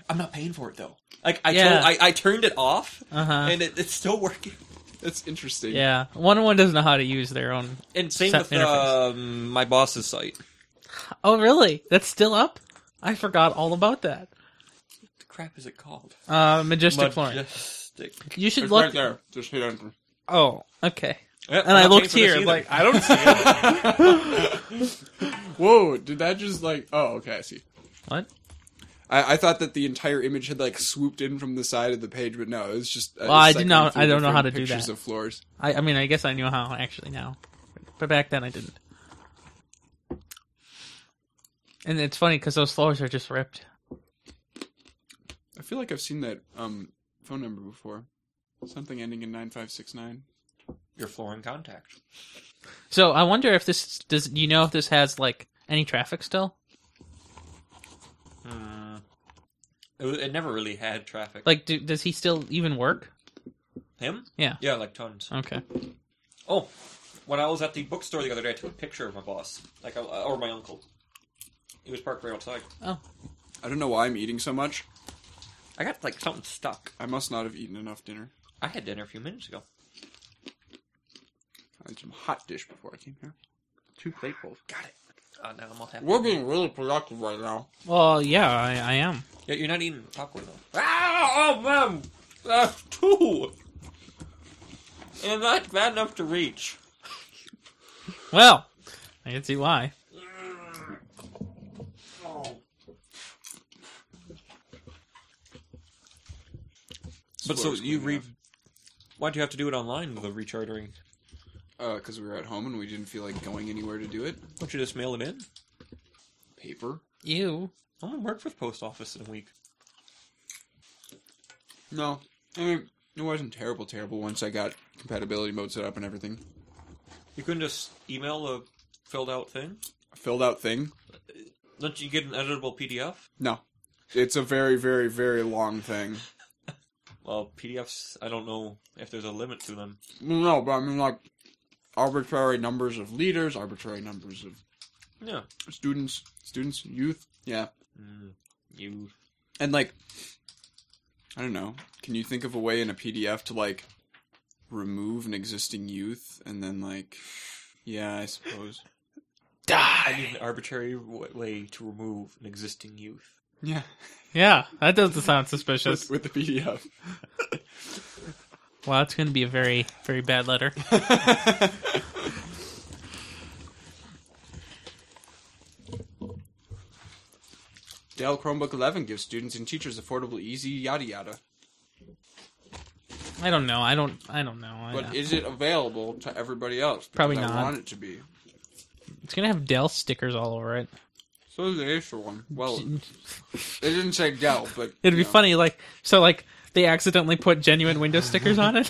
S2: I'm not paying for it though. Like I,
S3: Yeah.
S2: told, I, I turned it off,
S3: Uh-huh.
S2: and it, it's still working.
S4: That's interesting.
S3: Yeah, one on one doesn't know how to use their own.
S2: And same
S3: Set
S2: with
S3: interface.
S2: um, my boss's site.
S3: Oh, really? That's still up? I forgot all about that.
S2: The crap is it called?
S3: Uh, Majestic Flooring.
S2: Majestic.
S3: You should
S4: It's
S3: look.
S4: right there. Just hit enter.
S3: Oh, okay.
S2: Yep,
S3: And I
S2: I'm not
S3: looked
S2: paying for
S3: here,
S2: this
S3: like
S2: either.
S3: I don't see it.
S4: Whoa! Did that just like? Oh, okay. I see.
S3: what?
S4: I, I thought that the entire image had like swooped in from the side of the page, but no, it was just. Uh,
S3: Well, I do
S4: cycling
S3: not-
S4: through
S3: I don't know how to
S4: different
S3: do
S4: pictures
S3: that.
S4: Of floors.
S3: I, I mean, I guess I knew how actually now, but back then I didn't. And it's funny because those floors are just ripped.
S4: I feel like I've seen that um, phone number before. Something ending in nine five six nine.
S2: Your flooring contact.
S3: So I wonder if this does. do You know if this has like any traffic still?
S2: Mm. It, wa- it never really had traffic.
S3: Like, do, does he still even work?
S2: him?
S3: Yeah.
S2: Yeah, like tons.
S3: Okay.
S2: Oh, when I was at the bookstore the other day, I took a picture of my boss, like I- or my uncle. He was parked right outside.
S4: I don't know why I'm eating so much.
S2: I got like something stuck.
S4: I must not have eaten enough dinner.
S2: I had dinner a few minutes ago.
S4: I had some hot dish before I came here.
S2: Two platefuls. Got it. Oh, now I'm all happy.
S4: We're being really productive right now.
S3: Well, yeah, I, I am.
S2: Yeah, you're not eating popcorn though. Ah, oh man, that's two. And that's bad enough to reach.
S3: Well, I can see why.
S2: But so
S4: Splurge's
S2: you
S4: good
S2: read. Why'd you have to do it online with the rechartering?
S4: Because Uh, we were at home and we didn't feel like going anywhere to do it.
S2: Don't you just mail it in?
S4: Paper?
S3: You.
S2: I'm gonna work for the post office in a week.
S4: No. I mean, it wasn't terrible, terrible once I got compatibility mode set up and everything.
S2: You couldn't just email a filled out thing?
S4: A filled out thing?
S2: Don't you get an editable PDF?
S4: No. It's a very, very, very long thing.
S2: Well, PDFs, I don't know if there's a limit to them.
S4: No, but I mean, like, arbitrary numbers of leaders, arbitrary numbers of
S2: Yeah.
S4: students, students, youth. Yeah.
S2: Mm, you.
S4: And, like, I don't know. Can you think of a way in a PDF to, like, remove an existing youth and then, like, yeah, I suppose.
S2: I need an arbitrary w- way to remove an existing youth.
S4: Yeah.
S3: Yeah, that doesn't sound suspicious.
S4: with the PDF.
S3: Well, that's going to be a very, very bad letter.
S4: Dell Chromebook 11 gives students and teachers affordable, easy, yada yada.
S3: I don't know. I don't. I don't know. I
S4: But is it available to everybody else? Because
S3: Probably
S4: I
S3: not.
S4: want it to be.
S3: it's going to have Dell stickers all over it.
S4: So is the Acer one. Well, it didn't say Dell, but
S3: It'd
S4: you
S3: be
S4: know.
S3: funny, like so, like they accidentally put genuine Windows stickers on it,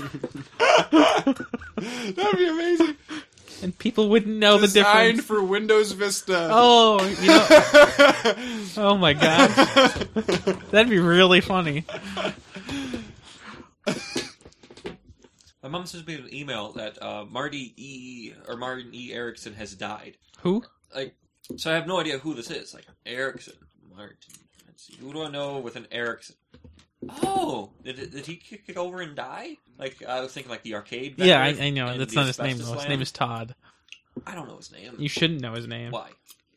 S4: That'd be amazing.
S3: and people wouldn't know the
S4: Designed
S3: difference.
S4: for Windows Vista.
S3: Oh, you know. oh my god, that'd be really funny.
S2: My mom sends me an email that uh, Marty E. or Martin E. Erickson has died.
S3: Who?
S2: Like, so I have no idea who this is. Like, Erickson. Martin. Let's see. Who do I know with an Erickson? Oh, did, did he kick it over and die? Like I was thinking, like the arcade.
S3: yeah, I,
S2: veteran
S3: I know
S2: and
S3: that's
S2: the
S3: not his name.
S2: asbestos
S3: though. His
S2: land.
S3: name is Todd.
S2: I don't know his name.
S3: You shouldn't know his name.
S2: Why?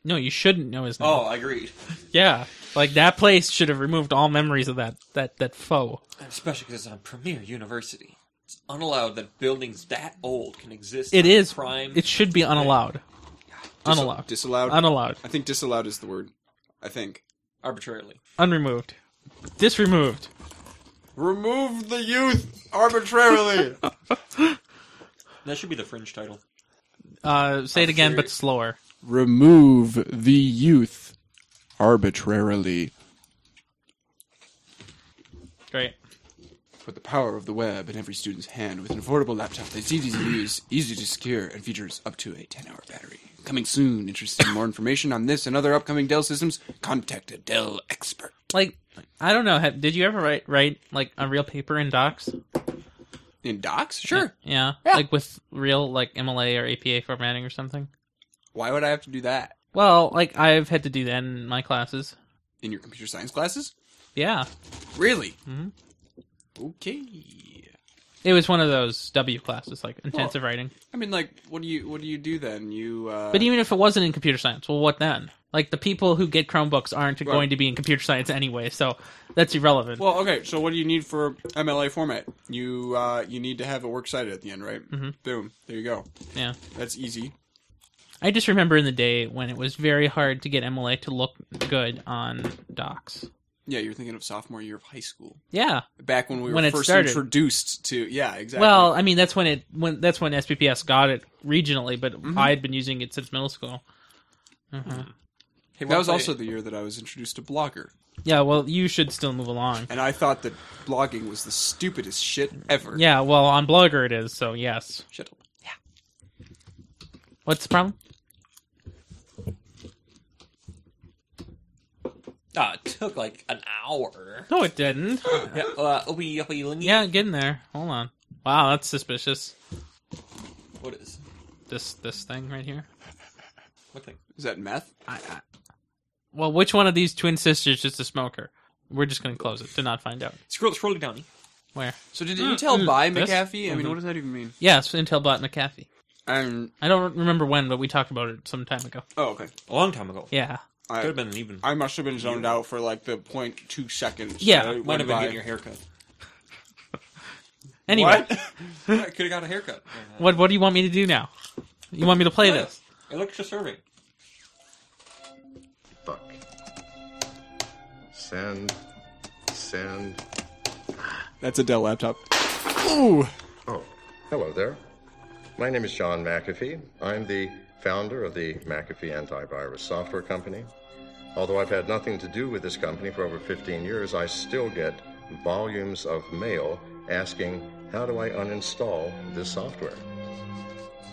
S3: No, you shouldn't know his name.
S2: Oh, I agreed.
S3: yeah, like that place should have removed all memories of that that that foe.
S2: Especially because it's on Premier University. It's unallowed that buildings that old can exist.
S3: It
S2: on
S3: is
S2: prime.
S3: It should be unallowed.
S4: Dis-
S3: Unallowed.
S4: Disallowed.
S3: Unallowed.
S4: I think disallowed is the word. I think.
S2: arbitrarily.
S3: Unremoved. Disremoved.
S4: Remove the youth arbitrarily.
S2: That should be the fringe title.
S3: Uh, say it again,
S2: Arbitrary.
S3: but slower.
S4: Remove the youth arbitrarily.
S3: Great.
S4: With the power of the web in every student's hand, with an affordable laptop that's easy to use, easy to secure, and features up to a 10 hour battery. Coming soon. Interested in more information on this and other upcoming Dell systems? Contact a Dell expert.
S3: Like, I don't know. Have, did you ever write write like on real paper in docs?
S4: In docs? Sure.
S3: Yeah.
S4: Yeah.
S3: Like with real like MLA or APA formatting or something.
S4: Why would I have to do that?
S3: Well, like I've had to do that in my classes.
S4: In your computer science classes?
S3: Yeah.
S4: Really?
S3: Mhm.
S4: Okay.
S3: It was one of those W classes, like intensive writing.
S4: I mean, like, what do you what do you do then? You uh,
S3: But even if it wasn't in computer science, well, what then? Like the people who get Chromebooks aren't going to be in computer science anyway, so that's irrelevant.
S4: Well, okay. So, what do you need for MLA format? You uh, you need to have it work cited at the end, right? Mm-hmm. Boom. There you go.
S3: yeah.
S4: That's easy.
S3: I just remember in the day when it was very hard to get MLA to look good on docs.
S4: Yeah, you're thinking of sophomore year of high school,
S3: Yeah.
S4: back when we were
S3: When it
S4: first
S3: started.
S4: introduced to. Yeah, exactly.
S3: Well, I mean that's when it when that's when Mm-hmm. SPPS got it regionally, but I had been using it since middle school.
S4: that was also the year that I was introduced to Blogger,
S3: Yeah, well, you should still move along.
S4: and I thought that blogging was the stupidest shit ever.
S3: Yeah, well, on Blogger it is, so yes.
S4: Shut up.
S3: What's the problem?
S2: Ah, it took like an hour.
S3: No, it didn't.
S2: yeah, uh, we, we,
S3: yeah, get in there. Hold on. Wow, that's suspicious.
S2: What is
S3: This this thing right here.
S2: what thing?
S4: Is that meth?
S3: I, I, well, which one of these twin sisters is the smoker? We're just going to close it to not find out.
S2: Scroll, scroll down.
S3: Where?
S4: So did
S3: Mm,
S4: Intel
S3: mm,
S4: buy
S3: this?
S4: McAfee? I mean,
S3: Mhm.
S4: what does that even mean?
S3: Yes, Intel bought McAfee.
S4: Um.
S3: I don't remember when, but we talked about it some time ago.
S4: Oh, okay.
S2: A long time ago.
S3: Yeah.
S4: I,
S2: Could have been even.
S4: I must have been zoned out for like the point two seconds.
S3: Yeah,
S4: that I
S2: Might
S4: went
S2: have been
S4: by.
S2: getting your haircut.
S3: Anyway,
S2: Could have got a haircut. Yeah.
S3: what what do you want me to do now? You want me to play
S2: Yeah.
S3: this?
S2: Electra serving.
S12: Fuck. Send. Send.
S4: That's a Dell laptop.
S12: Ooh! Oh, hello there. My name is John McAfee. I'm the founder of the McAfee Antivirus Software Company. Although I've had nothing to do with this company for over 15 years, I still get volumes of mail asking, How do I uninstall this software?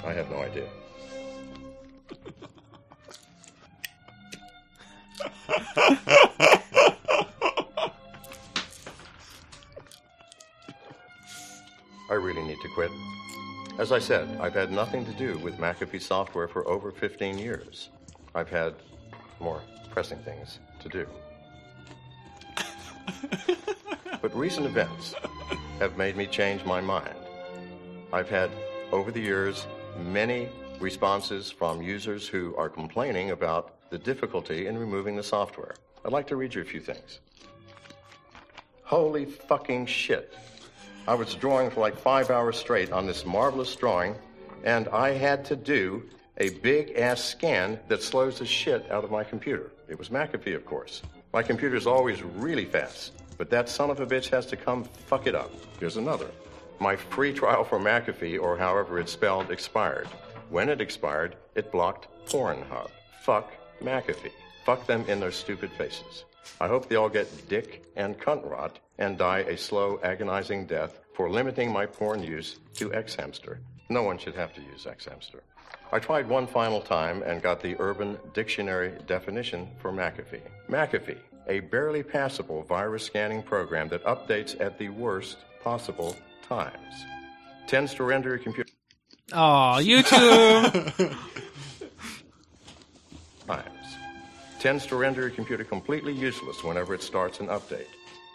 S12: I have no idea. I really need to quit. As I said, I've had nothing to do with McAfee software for over 15 years. I've had more pressing things to do. but recent events have made me change my mind. I've had, over the years, many responses from users who are complaining about the difficulty in removing the software. I'd like to read you a few things. Holy fucking shit. I was drawing for like five hours straight on this marvelous drawing, and I had to do a big ass scan that slows the shit out of my computer. It was McAfee, of course. My computer's always really fast, but that son of a bitch has to come fuck it up. Here's another. My free trial for McAfee, or however it's spelled, expired. When it expired, it blocked Pornhub. Fuck McAfee. Fuck them in their stupid faces. I hope they all get dick and cunt rot and die a slow, agonizing death for limiting my porn use to Xhamster. No one should have to use Xhamster. I tried one final time and got the Urban Dictionary definition for McAfee. McAfee, a barely passable virus scanning program that updates at the worst possible times. Tends to render your computer.
S3: Oh, YouTube.
S12: times. Tends to render your computer completely useless whenever it starts an update,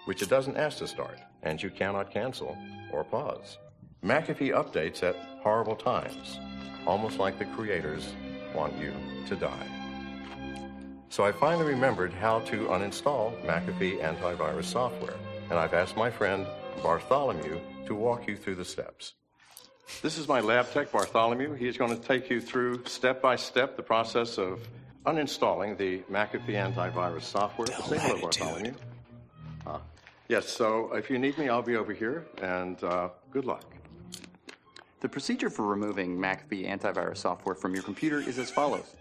S12: which it doesn't ask to start, and you cannot cancel or pause. McAfee updates at horrible times, almost like the creators want you to die. So I finally remembered how to uninstall McAfee antivirus software, and I've asked my friend Bartholomew to walk you through the steps. This is my lab tech, Bartholomew. He is going to take you through step by step the process of uninstalling the McAfee antivirus software. Say hello, Bartholomew. Ah. yes, so if you need me, I'll be over here, and uh, good luck.
S1: The procedure for removing McAfee antivirus software from your computer is as follows.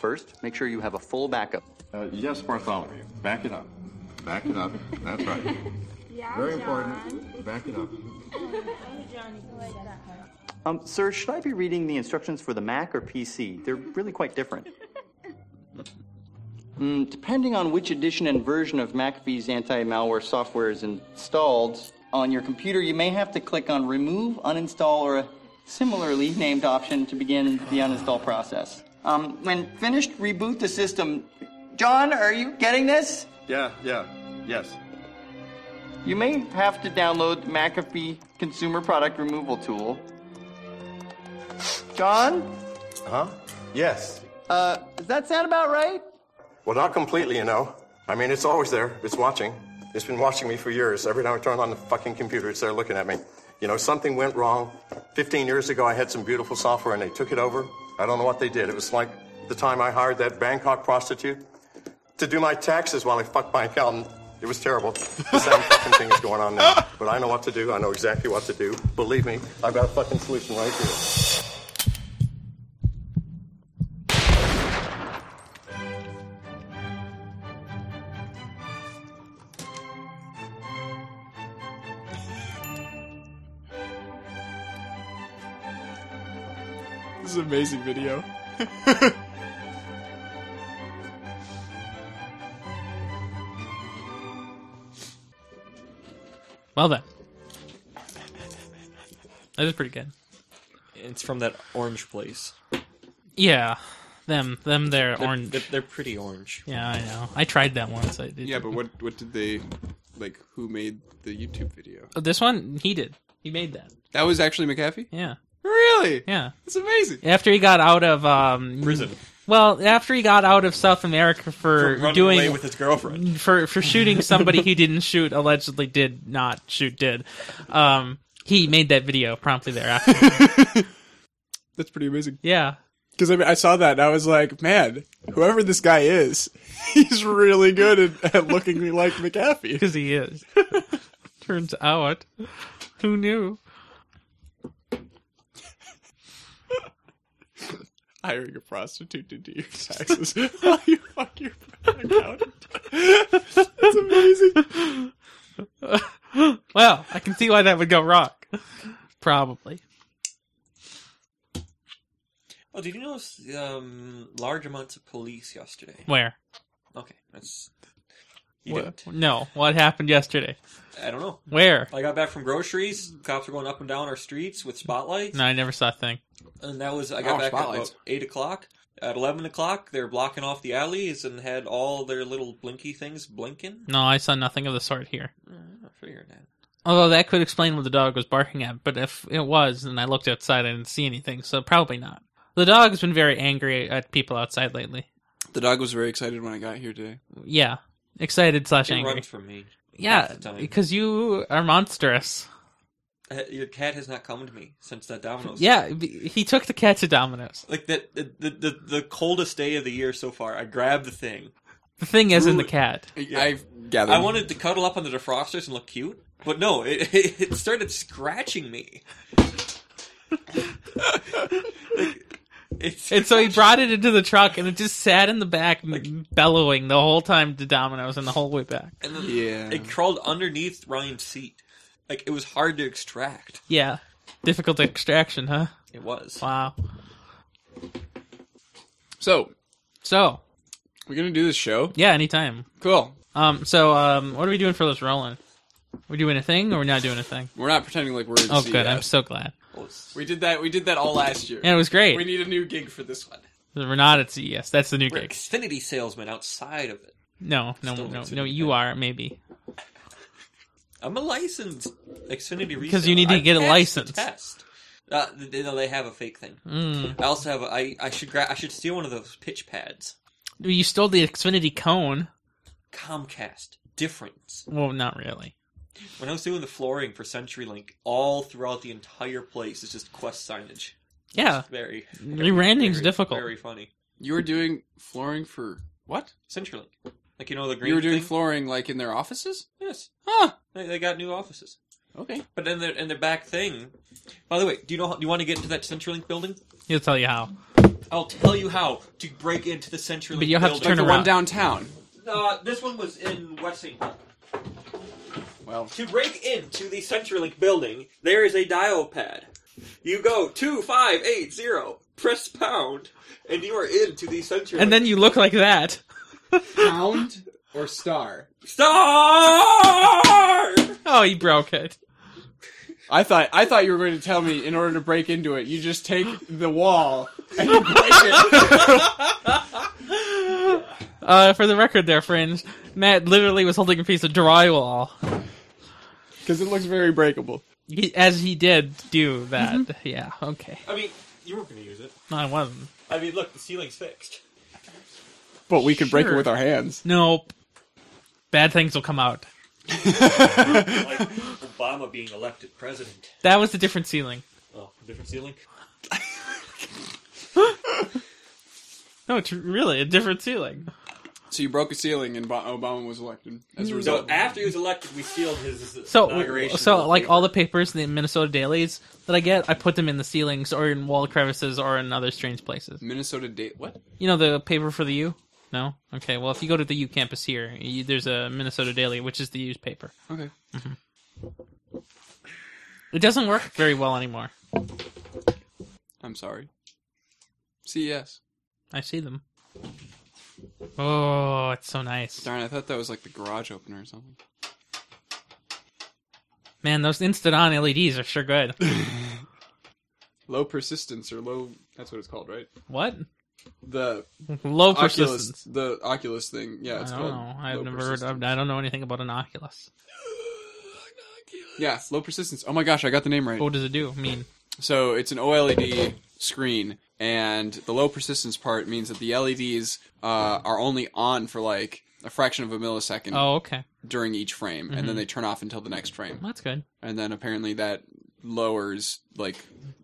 S1: First, make sure you have a full backup.
S12: Uh, yes, Bartholomew. Back it up. Back it up. That's right. Very important. Back it up.
S1: Um, sir, should I be reading the instructions for the Mac or PC? They're really quite different. Mm, depending on which edition and version of McAfee's anti-malware software is installed on your computer, you may have to click on Remove, Uninstall, or a similarly named option to begin the uninstall process. Um, when finished, reboot the system. John, are you getting this?
S12: Yeah, yeah, yes.
S1: You may have to download the McAfee Consumer Product Removal Tool. John,
S12: Huh? Yes.
S1: uh, does that sound about right?
S12: Well, not completely, you know. I mean, it's always there. It's watching. It's been watching me for years. Every time I turn on the fucking computer, it's there looking at me. You know, something went wrong. 15 years ago, I had some beautiful software and they took it over. I don't know what they did. It was like the time I hired that Bangkok prostitute to do my taxes while I fucked my accountant. It was terrible. The same fucking thing is going on now. But I know what to do. I know exactly what to do. Believe me, I've got a fucking solution right here.
S4: This is an amazing video.
S3: Well then, that is pretty good.
S2: It's from that orange place.
S3: Yeah, them them they're,
S2: They're-
S3: orange.
S2: They're, they're pretty orange.
S3: Yeah, I know. I tried that once. I did.
S4: Yeah, but what what did they like? Who made the YouTube video?
S3: Oh, this one he did. He made that.
S4: That was actually McAfee.
S3: Yeah.
S4: Really?
S3: Yeah.
S4: It's amazing.
S3: After he got out of um,
S2: prison.
S3: Well, after he got out of South America for,
S2: running
S3: doing
S2: away with his girlfriend.
S3: for for shooting somebody he didn't shoot, allegedly did not shoot, did. Um, he made that video promptly thereafter.
S4: That's pretty amazing.
S3: Yeah.
S4: Because I mean, I saw that and I was like, man, whoever this guy is, he's really good at, at looking like McAfee. Because
S3: he is. Turns out, who knew?
S4: Hiring a prostitute to do your taxes while you fuck your accountant. That's amazing.
S3: well, I can see why that would go wrong. Probably.
S2: Oh, did you notice um, large amounts of police yesterday?
S3: Where?
S2: Okay, that's. You
S3: Wha-
S2: didn't.
S3: No. What happened yesterday?
S2: I don't know.
S3: Where?
S2: I got back from groceries. Cops were going up and down our streets with spotlights.
S3: No, I never saw a thing.
S2: And that was I got
S3: Oh,
S2: back
S3: spotlights.
S2: at about eight o'clock. At eleven o'clock, they're blocking off the alleys and had all their little blinky things blinking.
S3: No, I saw nothing of the sort here.
S2: I figured that.
S3: Although that could explain what the dog was barking at, but if it was, and I looked outside, I didn't see anything, so probably not. The dog's been very angry at people outside lately.
S4: The dog was very excited when I got here today.
S3: Yeah, excited slash
S2: It
S3: angry.
S2: runs from me.
S3: Yeah,
S2: half the time.
S3: because you are monstrous.
S2: Uh, Your cat has not come to me since that Domino's.
S3: Yeah, b- he took the cat to Domino's.
S2: like that the, the the the coldest day of the year so far. I grabbed the thing.
S3: The thing isn't the
S2: Ooh.
S3: cat.
S4: I've gathered.
S2: I wanted to cuddle up on the defrosters and look cute, but no, it, it, it started scratching me.
S3: And so he brought it into the truck, and it just sat in the back, m bellowing the whole time to Domino's and the whole way back.
S2: And then
S4: Yeah.
S2: it crawled underneath Ryan's seat. Like it was hard to extract.
S3: Yeah, difficult extraction, huh?
S2: It was.
S3: Wow.
S4: So,
S3: so
S4: we're gonna do this show.
S3: Yeah, anytime.
S4: Cool.
S3: Um. So, um, what are we doing for this rolling? We're doing a thing, or we're not doing a thing.
S4: We're not pretending like we're. At
S3: Oh,
S4: CES.
S3: good. I'm so glad.
S4: We did that. We did that all last year.
S3: Yeah, it was great.
S4: We need a new gig for this one.
S3: We're not at CES. That's the new
S2: We're
S3: gig.
S2: Xfinity salesman outside of it.
S3: No, no,
S2: Still
S3: no,
S2: Xfinity.
S3: no. You are maybe
S2: I'm a licensed Xfinity reseller.
S3: Because you need to
S2: I
S3: get a
S2: passed the
S3: license.
S2: Test. Uh, they, no, they have a fake thing.
S3: Mm.
S2: I also have. A, I I should gra- I should steal one of those pitch pads.
S3: you stole the Xfinity cone.
S2: Comcast difference.
S3: Well, not really.
S2: When I was doing the flooring for CenturyLink, all throughout the entire place is just Quest signage.
S3: Yeah.
S2: It's very very-
S3: Rebranding's Uh, difficult.
S2: Very funny.
S4: You were doing flooring for what?
S2: CenturyLink. Like you know the green.
S4: You were doing
S2: thing?
S4: flooring like in their offices?
S2: Yes.
S4: Huh.
S2: They, they got new offices.
S4: Okay.
S2: But then their and their back thing. By the way, do you know? how- Do you want to get into that CenturyLink building?
S3: He'll tell you how.
S2: I'll tell you how to break into the CenturyLink.
S3: But you'll have to
S2: building.
S3: turn Like the one around.
S4: downtown.
S2: Uh, this one was in West St. Paul.
S4: Well,
S2: to break into the CenturyLink building, there is a dial pad. You go two five eight zero, press pound, and you are into the CenturyLink.
S3: And then you look like that.
S4: Pound or star?
S2: Star.
S3: Oh, he broke it.
S4: I thought I thought you were going to tell me in order to break into it, you just take the wall and you break it.
S3: Uh, for the record, there, friends, Matt literally was holding a piece of drywall
S4: because it looks very breakable.
S3: He, as he did do that. Yeah. Okay.
S2: I mean, you weren't going to use it.
S3: No, I wasn't.
S2: I mean, look, the ceiling's fixed.
S4: But we could break it
S3: Sure.
S4: with our hands.
S3: Nope. Bad things will come out.
S2: like Obama being elected president.
S3: That was a different ceiling.
S2: Oh, different ceiling.
S3: No, it's really a different ceiling.
S4: So you broke a ceiling and Bo- Obama was elected as a
S3: Mm.
S4: result.
S2: So after he was elected, we sealed his
S3: So,
S2: inauguration.
S3: so like all the papers in the Minnesota dailies that I get, I put them in the ceilings or in wall crevices or in other strange places.
S4: Minnesota date what?
S3: You know the paper for the U? No. Okay. Well, if you go to the U campus here, you, there's a Minnesota daily, which is the U's paper.
S4: Okay.
S3: Mhm. It doesn't work very well anymore.
S4: I'm sorry. CES.
S3: I see them. Oh, it's so nice.
S4: Darn, I thought that was like the garage opener or something.
S3: Man, those instant on LEDs are sure good.
S4: Low persistence or low. That's what it's called, right?
S3: what?
S4: The
S3: Low
S4: Oculus-
S3: persistence.
S4: The Oculus thing. Yeah, it's
S3: I
S4: called.
S3: don't know. I've
S4: low
S3: never
S4: persistence.
S3: heard. I've, I don't know anything about an Oculus.
S4: Yeah, low persistence. Oh my gosh, I got the name right.
S3: What does it do? Mean?
S4: So it's an OLED screen, and the low persistence part means that the LEDs uh, are only on for like a fraction of a millisecond.
S3: Oh, okay.
S4: During each frame, and
S3: Mhm.
S4: then they turn off until the next frame.
S3: That's good.
S4: And then apparently that lowers like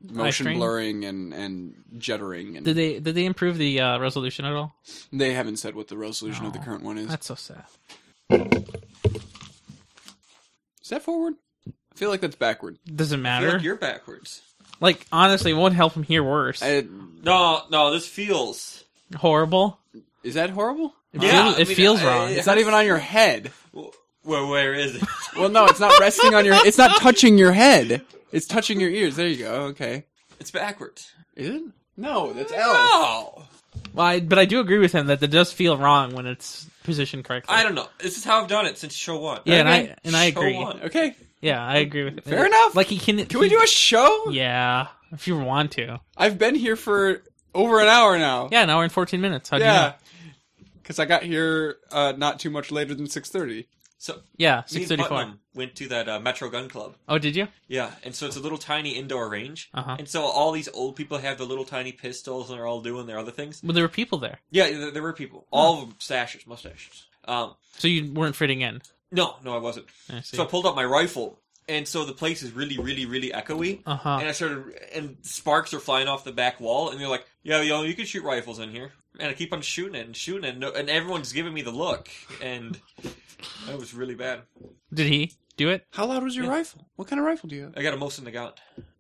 S4: motion
S3: strain?
S4: blurring and and jittering. And
S3: Did they did they improve the uh, resolution at all?
S4: They haven't said what the resolution of the current one is.
S3: That's so sad.
S4: Is that forward? I feel like that's backward.
S3: Doesn't matter.
S2: like you're backwards.
S3: Like honestly, it won't help him hear worse.
S2: No, no, this feels.
S3: Horrible.
S4: Is that horrible?
S3: It Yeah, feels- it I mean, feels I- wrong.
S4: It's not even on your head.
S2: Where where is it?
S4: Well, no, it's not resting on your. It's not touching your head. It's touching your ears. There you go. Okay.
S2: It's backwards.
S4: Is it? No, that's L.
S3: Well, I, but I do agree with him that it does feel wrong when it's positioned correctly.
S2: I don't know. This is how I've done it since show one.
S3: yeah, and
S2: Okay.
S3: I and I
S2: Show
S3: agree.
S2: one.
S4: Okay.
S3: Yeah, I agree with.
S4: Fair enough.
S3: Like he can. Can
S4: we do a show?
S3: Yeah, if you want to.
S4: I've been here for over an hour now.
S3: Yeah, an hour and fourteen minutes. How do you
S4: yeah.
S3: know?
S4: Because I got here uh, not too much later than six thirty.
S2: So
S3: Yeah,
S2: Me and
S3: 634.
S2: Putnam Went to that uh, Metro Gun Club.
S3: Oh, did you?
S2: Yeah, and so it's a little tiny indoor range,
S3: Uh-huh.
S2: and so all these old people have the little tiny pistols, and they're all doing their other things.
S3: Well, there were people there,
S2: Yeah, there, there were people, all of them stashes, mustaches. Um,
S3: so you weren't fitting in.
S2: no, no, I wasn't.
S3: I see.
S2: so I pulled out my rifle, and so the place is really, really, really echoey.
S3: Uh-huh.
S2: And I started, and sparks are flying off the back wall, and they're like, "Yo, yo, you can shoot rifles in here." And I keep on shooting it and shooting it, and, no, and everyone's giving me the look, and that was really bad.
S3: Did he do it?
S4: How loud was your
S2: Yeah.
S4: rifle? What kind of rifle do you have?
S2: I got a Mosin Nagant.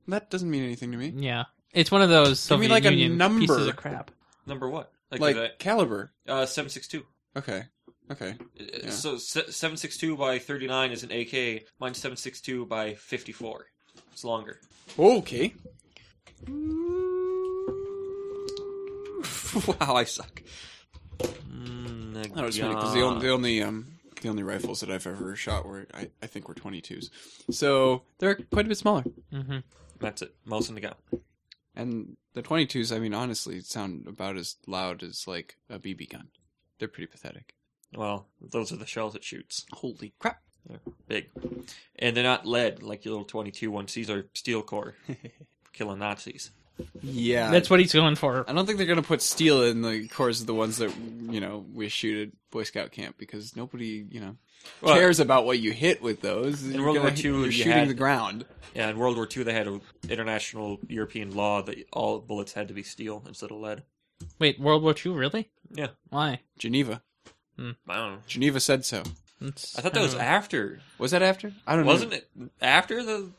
S4: That doesn't mean anything to me.
S3: Yeah, it's one of those
S4: Give me
S3: Soviet
S4: like
S3: Union
S4: a number.
S3: pieces of crap.
S2: Number what?
S4: Like
S2: the-
S4: caliber.
S2: Uh, seven six two.
S4: Okay. Okay. Yeah.
S2: So seven six two by thirty nine is an AK. Mine's seven six two by fifty four. It's longer.
S4: Okay.
S2: wow, I suck.
S4: That was funny because the only the only um the only rifles that I've ever shot were I, I think were twenty twos, so they're quite a bit smaller.
S3: Mm-hmm.
S2: That's it. Most in the gun.
S4: And the twenty twos, I mean, honestly, sound about as loud as like a BB gun. They're pretty pathetic.
S2: Well, those are the shells it shoots.
S4: Holy crap!
S2: They're big, and they're not lead like your little twenty two ones. These are steel core, killing Nazis.
S4: Yeah,
S3: That's what he's going for.
S4: I don't think they're gonna put steel in the cores of the ones that you know we shoot at Boy Scout camp because nobody you know
S2: Well-
S4: cares about what you hit with those.
S2: In
S4: You're
S2: World War
S4: gonna-
S2: Two,
S4: you're
S2: you
S4: shooting
S2: had-
S4: the ground.
S2: Yeah, in World War Two, they had an international European law that all bullets had to be steel instead of lead.
S3: Wait, World War Two, really?
S2: Yeah.
S3: Why?
S4: Geneva.
S3: Hmm.
S2: I don't know.
S4: Geneva said so.
S3: It's
S2: I thought
S3: kind
S2: that was
S3: of-
S2: after.
S4: Was that after? I don't know.
S2: Wasn't it after the?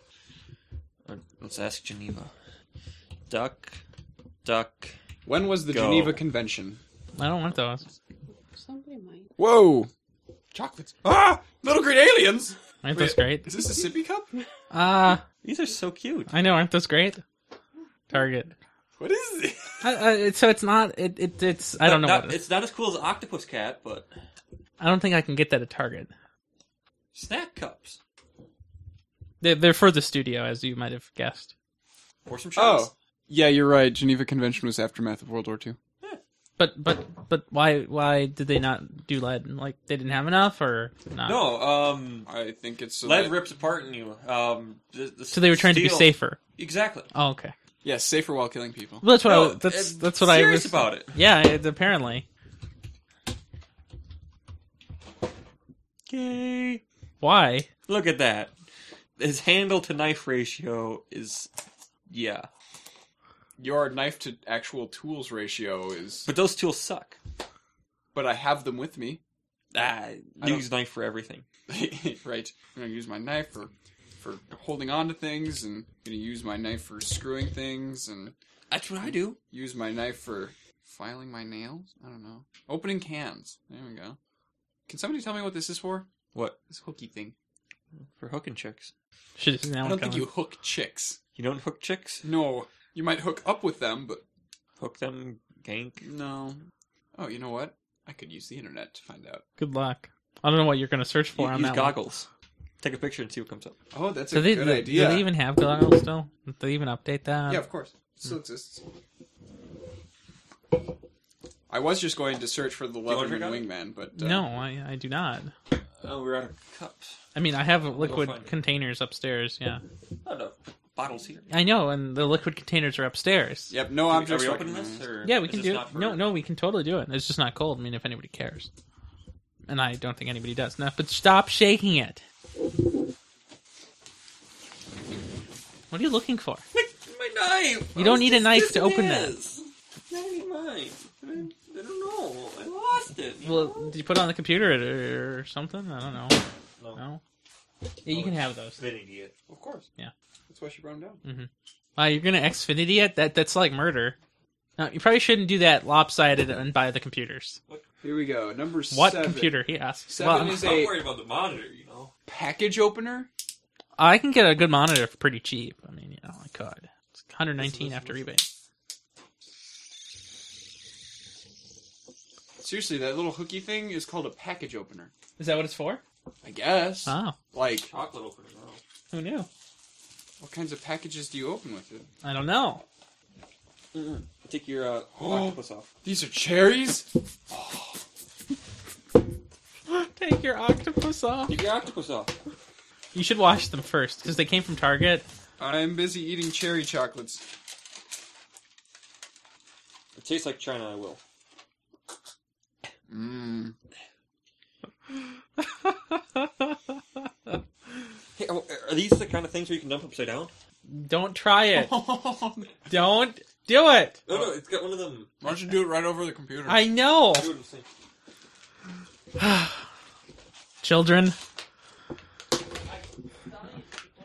S2: Uh, Let's ask Geneva. Duck, duck.
S4: When was the
S2: Go.
S4: Geneva Convention?
S3: I don't want those.
S4: Whoa! Chocolates. Ah! Little green aliens!
S3: Aren't those great?
S4: Is this a sippy cup?
S3: Ah,
S2: These are so cute.
S3: I know. Aren't those great? Target.
S4: What is this?
S3: I, I, it- so it's not. It, it it's. I don't know.
S2: Not-
S3: What it is.
S2: it's not as cool as octopus cat, but
S3: I don't think I can get that at Target.
S2: snack cups
S3: They're, they're for the studio, as you might have guessed.
S2: or some shells.
S4: Oh. Yeah, you're right. Geneva Convention was aftermath of World War II.
S3: But but but why why did they not do lead? Like they didn't have enough or not?
S2: No, um,
S4: I think it's
S2: lead rips apart in you. Um, the, the
S3: So they were trying to be
S2: steel-
S3: safer.
S2: Exactly.
S3: Oh, okay.
S4: Yeah, safer while killing people.
S3: Well, that's what
S2: No,
S3: I, that's
S2: uh,
S3: that's what I
S2: serious
S3: was
S2: about it.
S3: Yeah, it, apparently.
S2: Yay!
S3: Why?
S2: Look at that. His handle to knife ratio is, yeah.
S4: Your knife to actual tools ratio is.
S2: But those tools suck.
S4: But I have them with me.
S2: Ah,
S4: I
S2: use knife for everything.
S4: right. I'm going to use my knife for, for holding on to things, and going to use my knife for screwing things, and.
S2: That's what I do.
S4: Use my knife for filing my nails? I don't know. Opening cans. There we go. Can somebody tell me what this is for?
S2: What
S4: This hooky thing.
S2: for hooking chicks?
S3: Should it's now
S4: I don't
S3: coming.
S4: think you hook chicks.
S2: You don't hook chicks?
S4: No, you might hook up with them, but
S2: hook them, gank?
S4: No. Oh, you know what? I could use the internet to find out.
S3: Good luck. I don't know what you're going to search for
S2: Use
S3: on that. one.
S2: goggles. Take a picture and see what comes up.
S4: Oh, that's
S3: do
S4: a
S3: they,
S4: good
S3: do,
S4: idea.
S3: Do they even have goggles still? Do they even update that?
S4: yeah, of course. It
S3: Hmm.
S4: still exists. I was just going to search for the
S2: want to
S4: Leatherman Wingman, but uh,
S3: No, I, I do not.
S2: Oh, we're out of cups.
S3: I mean, I have liquid
S2: find it.
S3: containers upstairs. Yeah,
S2: Oh, no. Bottles here.
S3: I know, and the liquid containers are upstairs.
S4: Yep,
S2: Are
S4: no
S2: we- are
S4: objects.
S2: we opening
S4: recognized.
S2: this, or
S3: Yeah, we
S2: is
S3: can
S2: this
S3: do.
S2: not for-
S3: No, no, we can totally do it. It's just not cold. I mean, if anybody cares, and I don't think anybody does. No, but stop shaking it. What are you looking for?
S2: My knife!
S3: You don't need a knife to open that.
S2: this. I need mine. I, mean, I don't know. I lost it.
S3: Well, did you put it on the computer or, or something? I don't know. No. Yeah, you can have those.
S2: Idiot. Of course.
S3: Yeah.
S4: That's why she brought him down.
S3: Mm-hmm. Wow, you're gonna Xfinity it? That that's like murder. No, you probably shouldn't do that lopsided and buy the computers.
S4: Here we go. Number
S3: What
S4: seven.
S3: computer? He asks.
S4: Seven
S3: Well,
S4: is a
S2: about the monitor, you know.
S4: package opener.
S3: I can get a good monitor for pretty cheap. I mean, you know, I could. It's 119 after rebate.
S4: Seriously, that little hooky thing is called a package opener.
S3: Is that what it's for?
S4: I guess.
S3: Oh,
S4: Like
S2: chocolate opener.
S3: who knew?
S4: What kinds of packages do you open with it?
S3: I don't know.
S2: Take your uh, octopus off.
S4: These are cherries.
S3: Take your octopus off.
S2: Take your octopus off.
S3: You should wash them first because they came from Target.
S4: I'm busy eating cherry chocolates.
S2: It tastes like China. I will.
S4: Mmm.
S2: Hey, are, are these the kind of things where you can dump upside down?
S3: Don't try it. don't do it.
S2: No, no, it's got one of them.
S4: Why don't you do it right over the computer?
S3: I know.
S2: Do it and see.
S3: Children.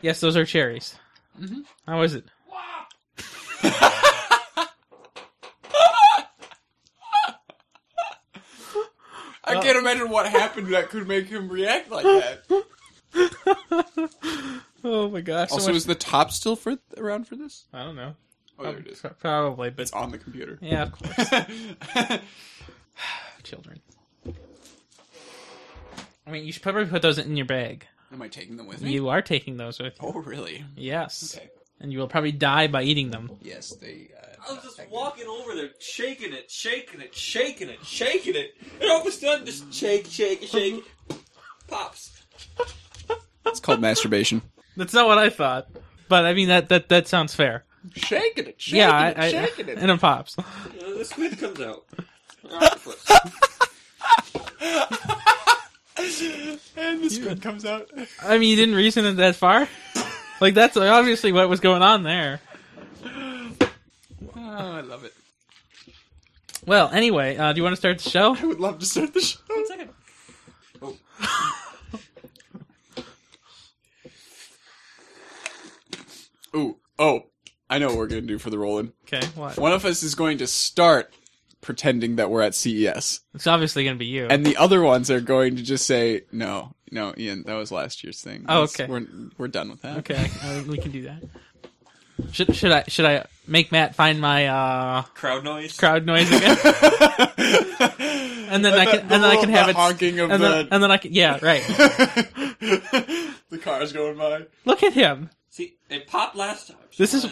S3: Yes, those are cherries.
S4: Mhm.
S3: How is it?
S4: I can't imagine what happened that could make him react like that.
S3: Oh my gosh! so
S4: Also,
S3: much-
S4: is the top still for around for this?
S3: I don't know.
S4: Oh, there it is.
S3: Pro- Probably, but
S4: It's on the computer.
S3: Um, yeah, of course. Children. I mean, you should probably put those in your bag.
S4: Am I taking them with me?
S3: You are taking those with you.
S4: Oh, really?
S3: Yes.
S4: Okay.
S3: And you will probably die by eating them.
S4: Yes, they. Uh,
S2: I was just walking over there, shaking it, shaking it, shaking it, shaking it, and all of a sudden, just shake, shake, shake. it. Pops.
S4: it's called masturbation.
S3: That's not what I thought, but I mean that that that sounds fair.
S4: Shaking it, shaking
S3: yeah, I,
S4: it,
S3: I,
S4: shaking it.
S3: and it pops.
S2: You know, the squid comes out.
S4: And the squid comes out.
S3: I mean, you didn't reason it that far. Like that's obviously what was going on there.
S4: Oh, I love it.
S3: Well, anyway, uh, do you want to start the show?
S4: I would love to start the show.
S2: One second. Oh.
S4: Ooh, oh, I know what we're gonna do for the roll-in.
S3: Okay, what?
S4: One of us is going to start pretending that we're at CES,
S3: It's obviously gonna be you.
S4: and the other ones are going to just say, "No, no, Ian, that was last year's thing.
S3: Oh,
S4: That's-
S3: okay.
S4: we're we're done with that."
S3: Okay, uh, we can do that. Should should I should I make Matt find my uh,
S2: Crowd noise.
S3: crowd noise again, and then I
S4: the-
S3: can and
S4: the
S3: then I
S4: little-
S3: can have
S4: the
S3: it
S4: honking of
S3: and then,
S4: the-
S3: and then I can yeah right.
S4: the car's going by.
S3: Look at him.
S2: See, it popped last time.
S3: This is-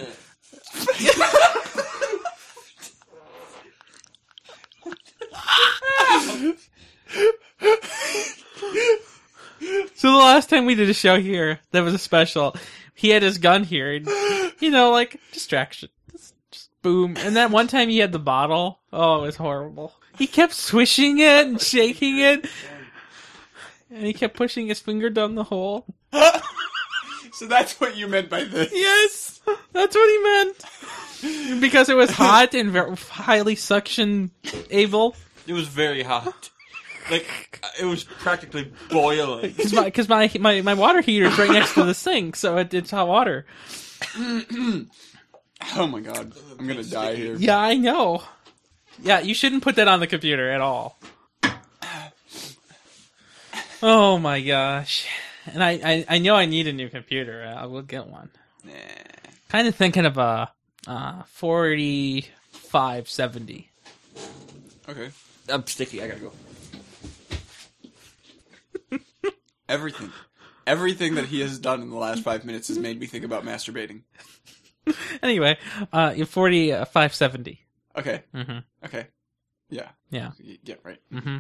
S3: So the last time we did a show here, there was a special. He had his gun here, and, you know, like distraction. Just, just boom. And that one time he had the bottle. Oh, it was horrible. He kept swishing it and shaking it, and he kept pushing his finger down the hole.
S4: So that's what you meant by this.
S3: Yes, that's what he meant. Because it was hot and very highly suction able.
S2: It was very hot. Like it was practically boiling.
S3: Because my, 'cause my my my water heater is right next to the sink, so it, it's hot water.
S4: Oh my god, I'm gonna die here.
S3: Yeah, I know. Yeah, you shouldn't put that on the computer at all. Oh my gosh. And I, I, I know I need a new computer. I will get one.
S4: Nah.
S3: Kind of thinking of a uh, 40 five seventy.
S4: Okay.
S2: I'm sticky. I gotta go.
S4: Everything. Everything that he has done in the last five minutes has made me think about masturbating.
S3: Anyway, uh, you're forty uh, five seventy.
S4: Okay.
S3: Mhm.
S4: Okay. Yeah.
S3: Yeah.
S4: Y- Yeah, right.
S3: Mm-hmm.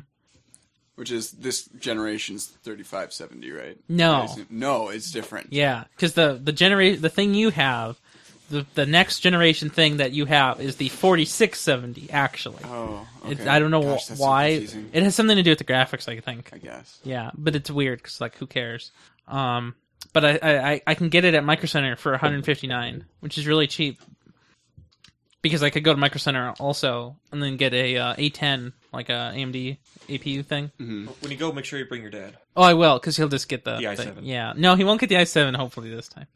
S4: Which is this generation's 3570, right?
S3: No.
S4: I assume- No, it's different.
S3: Yeah, because the the generation the thing you have, the the next generation thing that you have is the forty six seventy actually.
S4: Oh,
S3: It,
S4: okay.
S3: I don't know
S4: Gosh,
S3: wh-
S4: that's so
S3: why.
S4: confusing.
S3: it has something to do with the graphics, I think.
S4: I guess.
S3: Yeah, but it's weird because like who cares? Um, but I, I I- I can get it at Micro Center for one hundred fifty nine, which is really cheap. Because I could go to Micro Center also and then get a uh, A10 like uh, a AMD APU thing.
S4: Mm-hmm.
S2: When you go, make sure you bring your dad.
S3: Oh, I will, because he'll just get the,
S2: The i7.
S3: Yeah, no, he won't get the i7. Hopefully this time.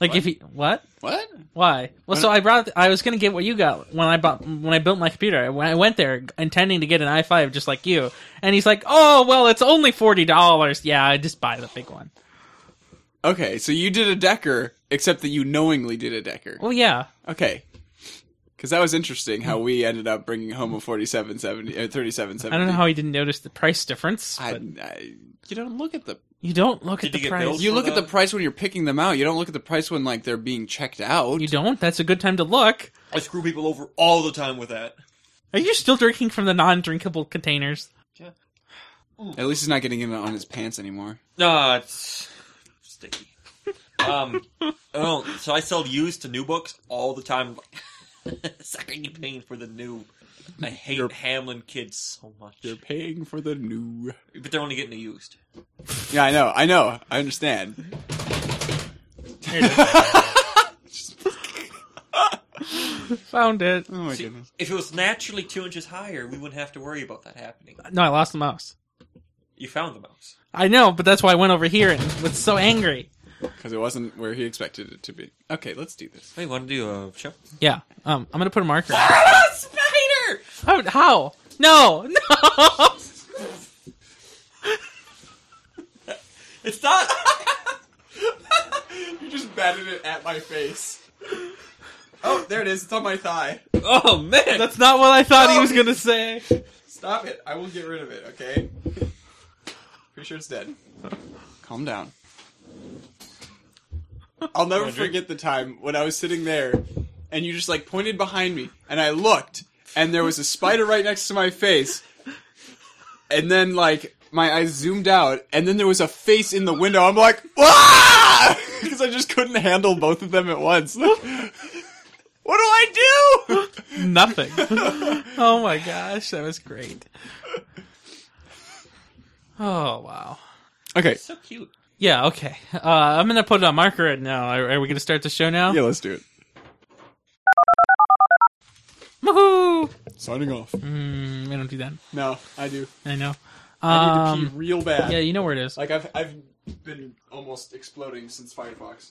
S3: Like if he what
S4: what
S3: why? Well, so I brought. I was gonna get what you got when I bought when I built my computer. I- When I went there intending to get an i5 just like you, and he's like, "Oh well, it's only forty dollars. Yeah, I just buy the big one."
S4: Okay, so you did a Decker, except that you knowingly did a Decker.
S3: Well, yeah.
S4: Okay. Because that was interesting how we ended up bringing home a 4770, uh, 3770.
S3: I don't know how he didn't notice the price difference.
S4: I-
S3: But
S4: I- you don't look at the.
S3: You don't look at the price.
S4: You look at the price when you're picking them out. You don't look at the price when like they're being checked out. You
S3: don't. That's a good time to look.
S2: I screw people over all the time with that.
S3: Are you still drinking from the non-drinkable containers?
S4: At least he's not getting it on his pants anymore.
S2: No, it's sticky. um, oh, so I sell used to new books all the time. Sucking and paying for the new. I hate Hamlin kids so much. They're
S4: paying for the new,
S2: but they're only getting the used.
S4: Yeah, I know. I know. I understand.
S3: Found it.
S4: Oh my
S2: See,
S4: goodness.
S2: If it was naturally two inches higher, we wouldn't have to worry about that happening.
S3: No, I lost the mouse.
S2: You found the mouse.
S3: I know, but that's why I went over here and was so angry.
S4: Because it wasn't where he expected it to be. Okay, let's do this.
S2: Hey, want to do a show?
S3: Yeah, um, I'm gonna put a marker.
S2: Spider!
S3: How? how? No, no.
S2: It's not.
S4: you just batted it at my face. Oh, there it is. It's on my thigh.
S2: Oh man,
S3: that's not what I thought he was gonna say.
S4: Stop it. I will get rid of it, okay? Pretty sure it's dead. Calm down. I'll never
S2: Roger.
S4: forget the time when I was sitting there and you just like pointed behind me and I looked and there was a spider right next to my face. And then like my eyes zoomed out and then there was a face in the window. I'm like, "Ah!" Cuz I just couldn't handle both of them at once. Like, what do I do?
S3: Nothing. oh my gosh, that was great. Oh wow.
S4: Okay.
S2: So cute.
S3: Yeah. Okay. Uh, I'm gonna put a marker in now. Are, are we gonna start the show now?
S4: Yeah, let's do it.
S3: Woohoo!
S4: Signing off.
S3: Mm, I don't do that.
S4: No, I do.
S3: I know.
S4: I need to
S3: Um,
S4: pee real bad.
S3: Yeah, you know where it is.
S4: Like I've I've been almost exploding since Firefox.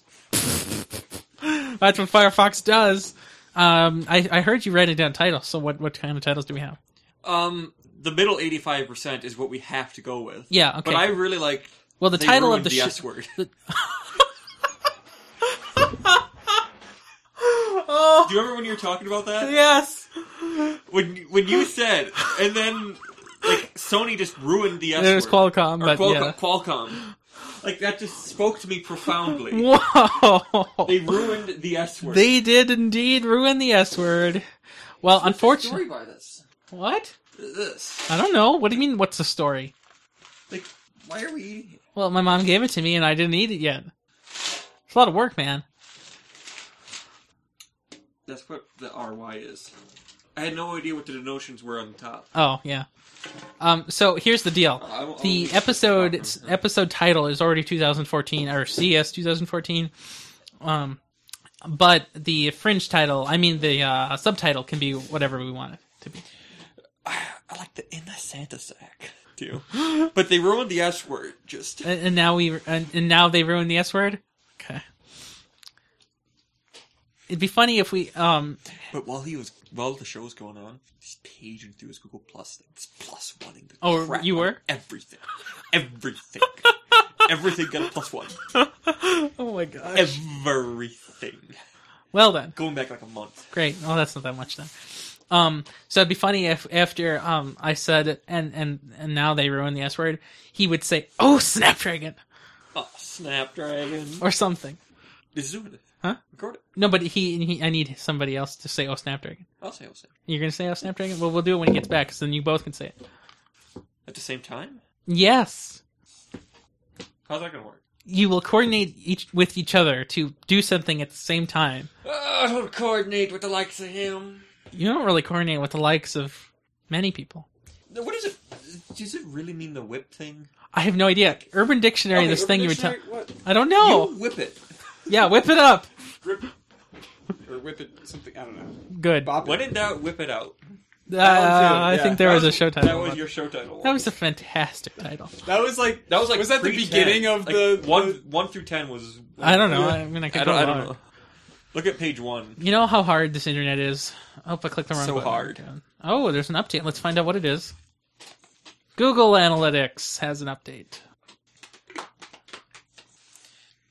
S3: That's what Firefox does. Um, I, I heard you writing down titles. So what, what kind of titles do we have?
S2: Um, the middle eighty-five percent is what we have to go with.
S3: Yeah, okay.
S2: But I really like.
S3: Well, the
S2: they
S3: title of
S2: ruined
S3: the sh-
S2: S word.
S3: oh.
S2: Do you remember when you were talking about that?
S3: Yes.
S2: When when you said, and then like Sony just ruined the S
S3: It was
S2: word.
S3: Qualcomm,
S2: Or
S3: but
S2: Qualcomm,
S3: yeah.
S2: Qualcomm. Like that just spoke to me profoundly.
S3: Whoa!
S2: They ruined the S word.
S3: They did indeed ruin the S word. Well,
S2: Story
S3: unfortunately,
S2: by this.
S3: What?
S2: This.
S3: I don't know. What do you mean? What's the story?
S2: Like, why are we eating it?
S3: Well, my mom gave it to me, and I didn't eat it yet. It's a lot of work, man.
S2: That's what the RY is. I had no idea what the denotions were on the top.
S3: Oh yeah. Um. So here's the deal.
S2: I will-
S3: The episode it's, episode title is already 2014 or CS 2014. Um, but the fringe title, I mean the uh, subtitle, can be whatever we want it to be.
S2: I like the in the Santa sack too. But they ruined the S word. Just
S3: And, and now we and, and now they ruined the S word. Okay. It'd be funny if we um
S2: But while he was while the show was going on, just paging through his Google Plus things, plus wanting the
S3: Oh,
S2: crap
S3: you
S2: out of
S3: were?
S2: everything, everything, everything got a plus one.
S3: Oh my gosh.
S2: Everything.
S3: Well then.
S2: Going back like a month.
S3: Great. Oh, that's not that much then. Um, so it'd be funny if after um I said it and and and now they ruin the S word, he would say, "Oh, Snapdragon,"
S2: Oh, Snapdragon.
S3: or something.
S2: This is it.
S3: Huh?
S2: Record it.
S3: No, but he, he I need somebody else to say, "Oh, Snapdragon."
S2: I'll say, I'll say.
S3: You're gonna say, "Oh, Snapdragon." Well, we'll do it when he gets back, 'cause then you both can say it.
S2: At the same time?
S3: Yes,
S2: How's that going to work?
S3: you will coordinate each with each other to do something at the same time.
S2: Oh, I don't coordinate with the likes of him.
S3: You don't really coordinate with the likes of many people.
S2: What is it? Does it really mean the whip thing?
S3: I have no idea. Urban Dictionary,
S2: Okay,
S3: this
S2: Urban
S3: thing you were telling.
S2: Dictionary, what?
S3: I don't know.
S2: You whip it.
S3: Yeah, whip it up.
S2: Rip it.
S4: or whip it something. I don't know.
S3: Good.
S2: When in doubt, whip it out.
S3: Uh, I think there
S4: That
S3: was,
S4: was-
S3: a show
S4: that
S3: title.
S4: was
S3: one.
S4: your show title
S3: That was a fantastic title.
S4: That was like
S2: That was like
S4: was that the
S2: pre-10.
S4: beginning of
S2: Like,
S4: the
S2: one one through ten was.
S3: I don't know. I mean, I could
S2: don't,
S3: go
S2: I don't
S3: lower.
S2: know. Look at page one.
S3: You know how hard this internet is. I hope I clicked the wrong
S2: So
S3: button.
S2: hard.
S3: Oh, there's an update. Let's find out what it is. Google Analytics has an update.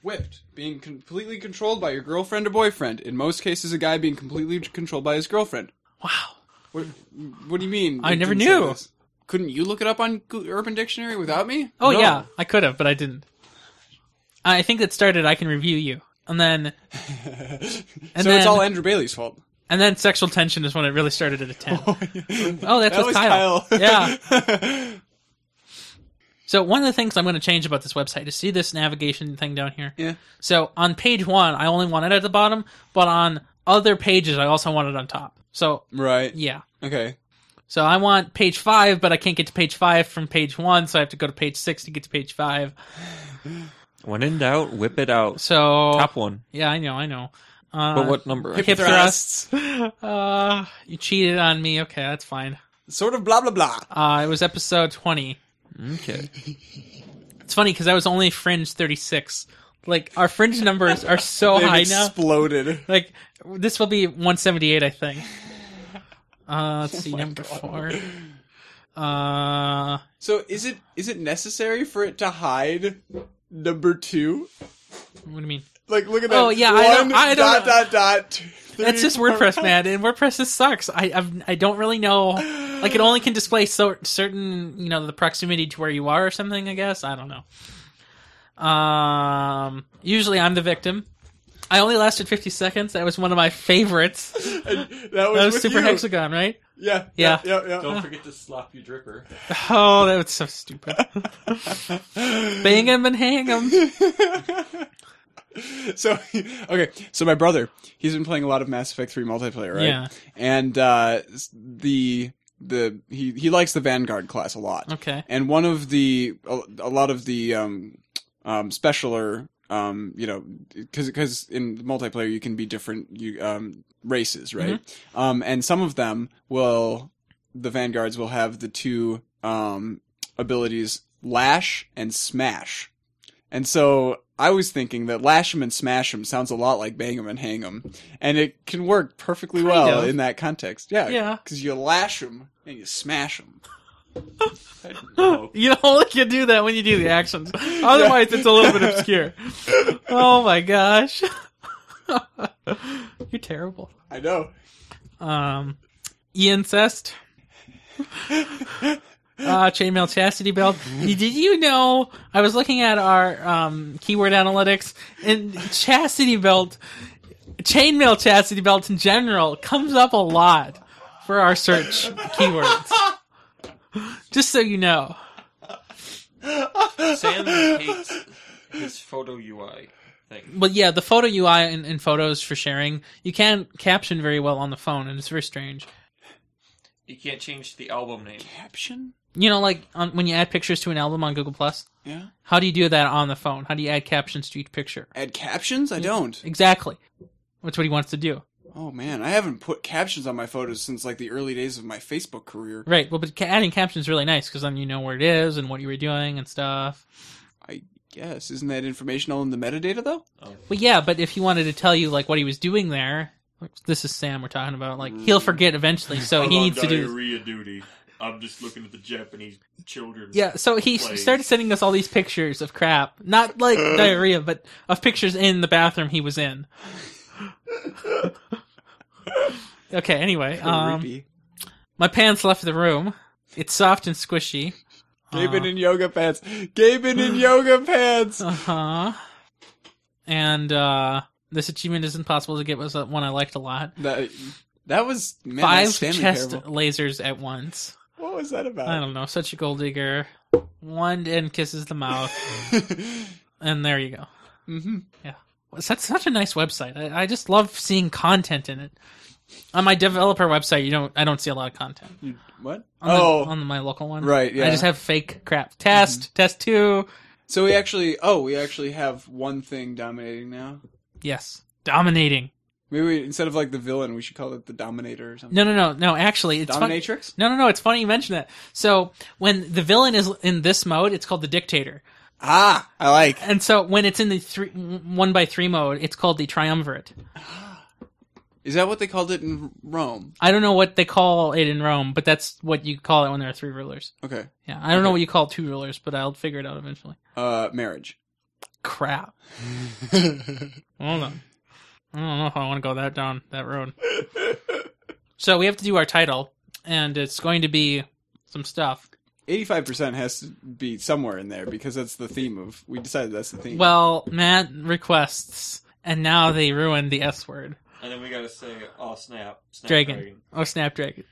S4: Whipped. Being completely controlled by your girlfriend or boyfriend. In most cases, a guy being completely controlled by his girlfriend. Wow. What, what do you mean?
S3: I
S4: It
S3: never
S4: didn't say
S3: knew.
S4: this? Couldn't you look it up on Go- Urban Dictionary without me?
S3: Oh yeah, I could have, but I didn't. I think it started. I can review you, and then and
S4: so it's all Andrew Bailey's fault.
S3: And then sexual tension is when it really started at a ten. Oh, that's
S4: That
S3: what
S4: was
S3: Kyle.
S4: Kyle.
S3: yeah. So one of the things I'm going to change about this website is see this navigation thing down here.
S4: Yeah.
S3: So on page one, I only want it at the bottom, but on other pages, I also want it on top. So
S4: Right.
S3: yeah.
S4: Okay.
S3: So I want page five, but I can't get to page five from page one, so I have to go to page six to get to page five.
S2: When in doubt, whip it out.
S3: So top
S2: one.
S3: Yeah, I know, I know. Uh,
S2: But what number?
S3: Hip thrusts. Uh, you cheated on me. Okay, that's fine.
S4: Sort of blah blah blah.
S3: Uh, it was episode twenty.
S2: Okay.
S3: It's funny because I was only fringe thirty six. Like our fringe numbers are so
S4: They've
S3: high
S4: exploded.
S3: now. Like this will be one seventy eight, I think. Uh,
S4: Oh
S3: let's see, number four. Uh,
S4: So is it is it necessary for it to hide number two?
S3: what do you mean?
S4: Like look at that.
S3: Oh, yeah, I don't-
S4: One
S3: I don't-
S4: dot dot dot. two,
S3: That's
S4: three,
S3: just
S4: four,
S3: WordPress,
S4: five.
S3: man, and WordPress just sucks. I I've, I don't really know. Like it only can display so, certain, you know, the proximity to where you are or something. I guess I don't know. Um, usually I'm the victim. I only lasted 50 seconds. That was one of my favorites.
S4: And that was with
S3: Super
S4: you.
S3: Hexagon, right?
S4: Yeah,
S3: Yeah.
S4: yeah, yeah,
S2: Don't forget to slap your dripper.
S3: Oh, that was so stupid. Bang him and hang him.
S4: so okay so my brother he's been playing a lot of mass effect 3 multiplayer right
S3: Yeah.
S4: and uh s- the the he he likes the vanguard class a lot
S3: Okay.
S4: and one of the a, a lot of the um um specialer um you know because because in multiplayer you can be different you um races right
S3: Mm-hmm.
S4: um and some of them will the vanguards will have the two um abilities lash and smash and so I was thinking that lash 'em and smash 'em sounds a lot like bang 'em and hang 'em, and it can work perfectly well
S3: of.
S4: in that context. Yeah,
S3: Yeah.
S4: because you lash 'em and you smash 'em.
S3: You know, like you do that when you do the actions. Otherwise, it's a little bit obscure. Oh my gosh. You're terrible.
S4: I know.
S3: Um, e incest. uh, chainmail chastity belt. Y- Did you know? I was looking at our um, keyword analytics and chastity belt, chainmail chastity belt in general comes up a lot for our search keywords. Just so you know.
S2: Sam hates his photo UI thing.
S3: But yeah, the photo UI and, and photos for sharing, you can't caption very well on the phone, and it's very strange.
S2: You can't change the album name.
S4: Caption?
S3: You know, like on, when you add pictures to an album on Google Plus.
S4: Yeah.
S3: How do you do that on the phone? How do you add captions to each picture?
S4: Add captions? I don't.
S3: Exactly. That's what he wants to do.
S4: Oh man, I haven't put captions on my photos since like the early days of my Facebook career.
S3: Right. Well, but ca- adding captions is really nice because then you know where it is and what you were doing and stuff.
S4: I guess isn't that information all in the metadata though?
S3: Well, yeah, but if he wanted to tell you like what he was doing there, like, this is Sam we're talking about. Like he'll forget eventually, so
S13: I'm
S3: he
S13: on
S3: needs to do. this.
S13: diarrhea duty. I'm just looking at the Japanese children.
S3: Yeah, so he
S13: plays.
S3: started sending us all these pictures of crap. Not like diarrhea, but of pictures in the bathroom he was in. Okay, anyway. Um,
S4: Creepy.
S3: my pants left the room. It's soft and squishy. uh,
S4: Gaben in yoga pants. Gaben in yoga pants.
S3: Uh huh. And uh, this achievement isn't possible to get was one I liked a lot.
S4: That that was man,
S3: five
S4: that's Stanley
S3: chest
S4: terrible.
S3: lasers at once.
S4: What was that about?
S3: I don't know. Such a gold digger. One and kisses the mouth, and there you go.
S4: Mm-hmm.
S3: Yeah, Well, that's such a nice website. I, I just love seeing content in it. On my developer website, you don't. I don't see a lot of content.
S4: You- what?
S3: On
S4: oh,
S3: the, on my local one,
S4: Right, yeah. Mm-hmm.
S3: I just have fake crap. Test, test two.
S4: So we actually, oh, we actually have one thing dominating now.
S3: Yes, dominating.
S4: Maybe we, instead of like the villain, we should call it the Dominator or something.
S3: No, no, no, no. Actually, it's fun-
S4: Dominatrix?
S3: No, no, no. It's funny you mention that. So when the villain is in this mode, it's called the dictator.
S4: Ah, I like.
S3: And so when it's in the three, one by three mode, it's called the triumvirate.
S4: Is that what they called it in Rome?
S3: I don't know what they call it in Rome, but that's what you call it when there are three rulers.
S4: Okay.
S3: Yeah, I don't know what you call two rulers, but I'll figure it out eventually.
S4: Uh, marriage.
S3: Crap. Hold on. I don't know if I want to go that down that road. so we have to do our title, and it's going to be some stuff.
S4: Eighty-five percent has to be somewhere in there because that's the theme of. We decided that's the theme.
S3: Well, Matt requests, and now they ruined the S word.
S2: And then we gotta say, oh snap, snap
S3: Dragon. Oh, Snapdragon.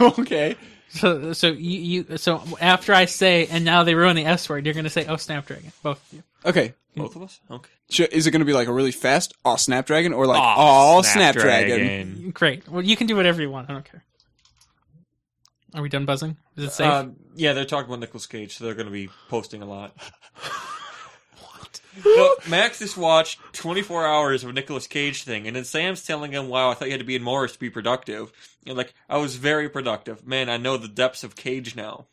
S4: okay.
S3: So, so you, you, so after I say, and now they ruin the S word, you're gonna say, oh, Snapdragon, both of you.
S4: Okay.
S3: Mm.
S2: Both of us? Okay.
S4: Sh- Is it going to be like a really fast aw Snapdragon or like aw Snapdragon?
S3: Great. Well, you can do whatever you want. I don't care. Are we done buzzing? Is it safe?
S2: Um, yeah, they're talking about Nicolas Cage, so they're going to be posting a lot. what? Max just watched 24 hours of Nicolas Cage thing, and then Sam's telling him, "Wow, I thought you had to be in Morris to be productive." And like, I was very productive, man. I know the depths of Cage now.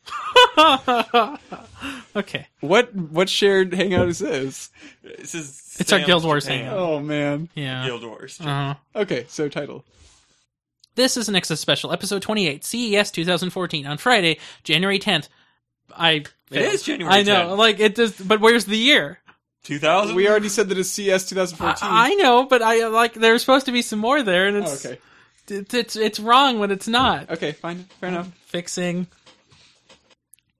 S3: okay.
S4: What what shared hangout is this?
S2: This is
S3: It's our
S2: Sam's
S3: Guild Wars
S2: Japan.
S3: hangout.
S4: Oh man.
S3: Yeah.
S2: Guild Wars.
S3: Uh-huh.
S4: Okay, so title.
S3: This is an Nexus special, episode E 28, CES 2014, on Friday, January 10th. I.
S2: It is January
S3: I know.
S2: 10th.
S3: Like, it just. But where's the year?
S2: 2000.
S4: We already said that it's CS 2014.
S3: I know, but I, like, there's supposed to be some more there, and
S2: Oh,
S3: it's.
S4: Oh, okay.
S3: It's, it's, it's wrong when it's not.
S4: Okay, fine. Fair enough.
S3: Fixing.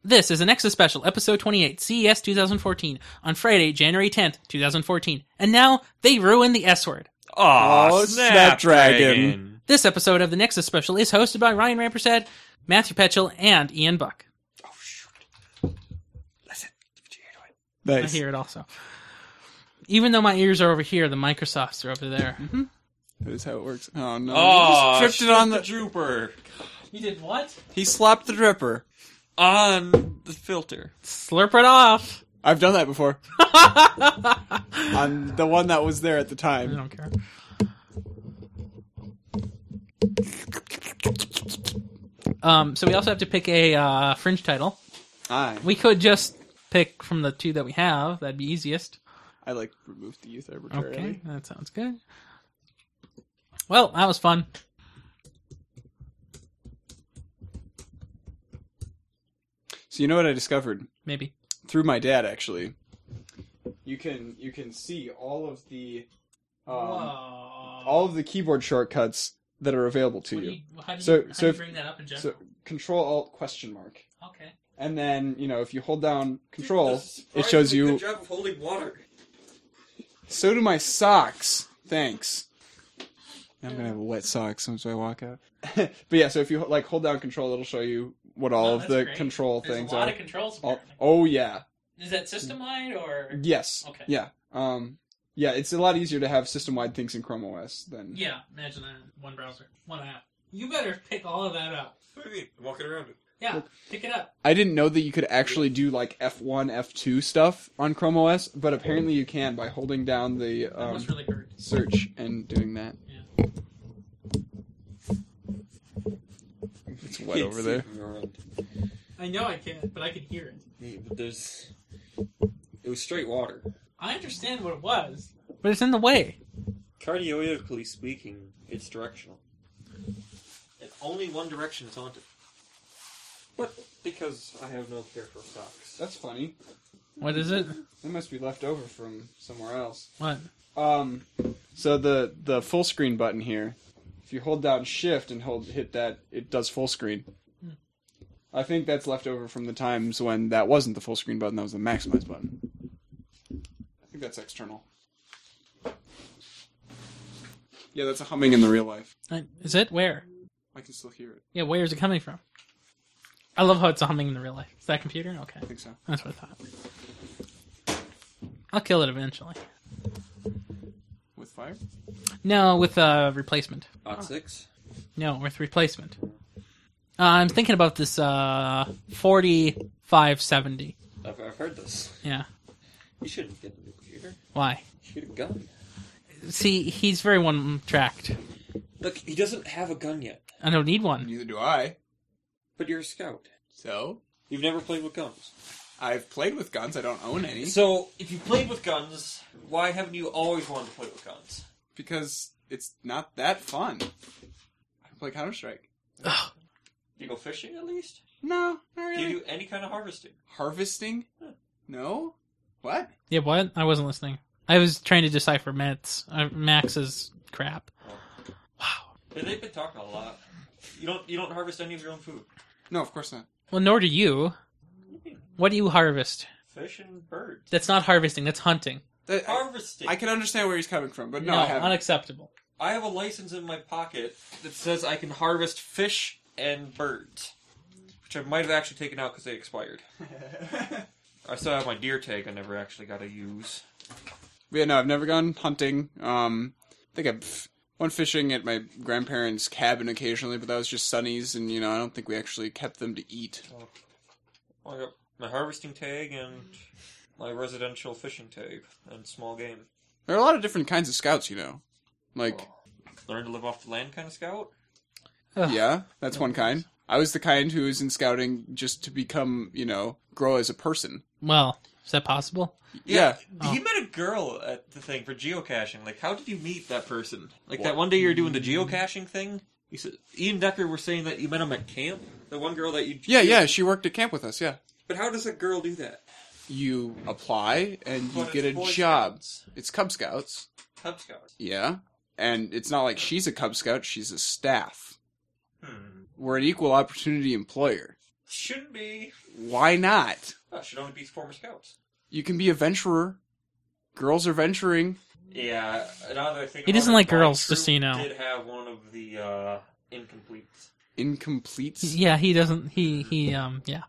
S3: This is an Nexus special, episode E 28, CES 2014, on Friday, January 10th, 2014. And now, they ruin the S word.
S2: Aw,
S4: Oh, Snapdragon.
S3: This episode of the Nexus Special is hosted by Ryan Rampersad, Matthew Petchel, and Ian Buck.
S4: Nice.
S3: I hear it also. Even though my ears are over here, the Microsofts are over there.
S4: That is how it works. Oh no.
S2: Oh,
S4: he just tripped it on the.
S2: drooper
S3: You did what?
S4: he slapped the dripper.
S2: on the filter.
S3: Slurp it off.
S4: I've done that before. on the one that was there at the time.
S3: I don't care. Um, so we also have to pick a uh, fringe title.
S4: I
S3: We could just pick from the two that we have. That'd be easiest.
S4: I like removed the youth arbitrarily.
S3: Okay, that sounds good. Well, that was fun.
S4: So you know what I discovered
S3: Maybe.
S4: through my dad actually. You can you can see all of the um,
S3: Uh,
S4: all of the keyboard shortcuts that are available to
S3: What do
S4: you.
S3: you- how do you-
S4: so
S3: how
S4: so
S3: do you
S4: if-
S3: bring that up in
S4: So control alt question mark.
S3: Okay.
S4: And then, you know, if you hold down control,
S2: Does
S4: it shows
S2: surprisingly
S4: you
S2: good job of holding water.
S4: so do my socks. Thanks. I'm gonna have wet socks as soon as I walk out. but yeah, so if you like hold down control, it'll show you what all
S3: Oh,
S4: of
S3: that's
S4: the
S3: great.
S4: control
S3: There's
S4: things
S3: a lot
S4: are.
S3: of controls.
S4: Oh,
S3: apparently.
S4: oh yeah,
S3: Is that system wide or?
S4: yes,
S3: Okay.
S4: yeah, um, yeah. It's a lot easier to have system-wide things in Chrome OS than
S3: Yeah, imagine that. One browser, one app. You better pick all of that up.
S2: What do you mean? Walking around it.
S3: Yeah, pick it up.
S4: I didn't know that you could actually do like F1, F2 stuff on Chrome OS, but apparently you can by holding down the
S3: That
S4: um,
S3: must really hurt.
S4: search and doing that. It's wet over there.
S3: I know I can't, but I can hear it.
S2: Yeah, but there's. It was straight water.
S3: I understand what it was, but it's in the way.
S2: Cardioidically speaking, it's directional. And only one direction is haunted. But because I have no care for socks.
S4: That's funny.
S3: What is it?
S4: It must be left over from somewhere else.
S3: What?
S4: Um, so the the full screen button here, if you hold down Shift and hold hit that, it does full screen.
S3: Hmm.
S4: I think that's left over from the times when that wasn't the full screen button; that was the maximize button. I think that's external. Yeah, that's a humming in the real life.
S3: Uh, Is it where?
S4: I can still hear it.
S3: Yeah, where is it coming from? I love how it's humming in the real life. Is that computer? Okay, I
S4: think so.
S3: That's what I thought. I'll kill it eventually.
S4: With fire?
S3: No, with uh, replacement.
S2: Odd six.
S3: No, with replacement. Uh, I'm thinking about this uh, 4570.
S2: I've, I've heard this.
S3: Yeah.
S2: You shouldn't get the new computer.
S3: Why?
S2: You should get a gun.
S3: See, he's very one tracked.
S2: Look, he doesn't have a gun yet.
S3: I don't need one.
S4: Neither do I.
S2: But you're a scout.
S4: So?
S2: You've never played with guns.
S4: I've played with guns. I don't own any.
S2: So, if you played with guns, why haven't you always wanted to play with guns?
S4: Because it's not that fun. I can play Counter Strike.
S2: Do you go fishing at least?
S4: No,
S2: Do
S4: not really.
S2: you do any kind of harvesting?
S4: Harvesting? No. What?
S3: Yeah, what? I wasn't listening. I was trying to decipher Matt's, uh, Max's crap.
S2: Yeah, They've been talking a lot. You don't you don't harvest any of your own food.
S4: No, of course not.
S3: Well, nor do you. What do you harvest?
S2: Fish and birds.
S3: That's not harvesting, that's hunting.
S2: harvesting.
S4: Uh, I can understand where he's coming from, but no,
S3: No,
S4: I haven't.
S3: unacceptable.
S2: I have a license in my pocket that says I can harvest fish and birds, which I might have actually taken out because they expired. I still have my deer tag I never actually got to use.
S4: yeah, no, I've never gone hunting. Um, I think I've went fishing at my grandparents' cabin occasionally, but that was just sunnies, and you know, I don't think we actually kept them to eat.
S2: I got my harvesting tag and my residential fishing tag and small game.
S4: There are a lot of different kinds of scouts, you know. Like,
S2: Learn to live off the land kind of scout.
S4: yeah, that's one kind. I was the kind who was in scouting just to become, you know, grow as a person.
S3: Well, is that possible?
S4: Yeah.
S3: Uh-huh.
S2: He met a girl at the thing for geocaching. Like, how did you meet that person? Like that one day you were doing the geocaching thing. You said Ian Decker were saying that you met him at camp. The one girl that you
S4: Yeah, yeah, she worked at camp with us, yeah.
S2: But how does a girl do that?
S4: You apply and you
S2: But
S4: get a
S2: it's Boy
S4: job. It's Cub Scouts.
S2: Cub Scouts.
S4: Yeah. And it's not like she's a Cub Scout, she's a staff.
S2: Hmm.
S4: We're an equal opportunity employer.
S2: Shouldn't be.
S4: Why not?
S2: Oh, should only be former scouts.
S4: You can be a venturer. Girls are venturing.
S2: Yeah. Now that I think
S3: He
S2: about
S3: doesn't
S2: it,
S3: like
S2: my
S3: girls,
S2: troop
S3: just so you know.
S2: Did have one of the uh, incompletes.
S4: Incomplete.
S3: Yeah, he doesn't. He he um yeah,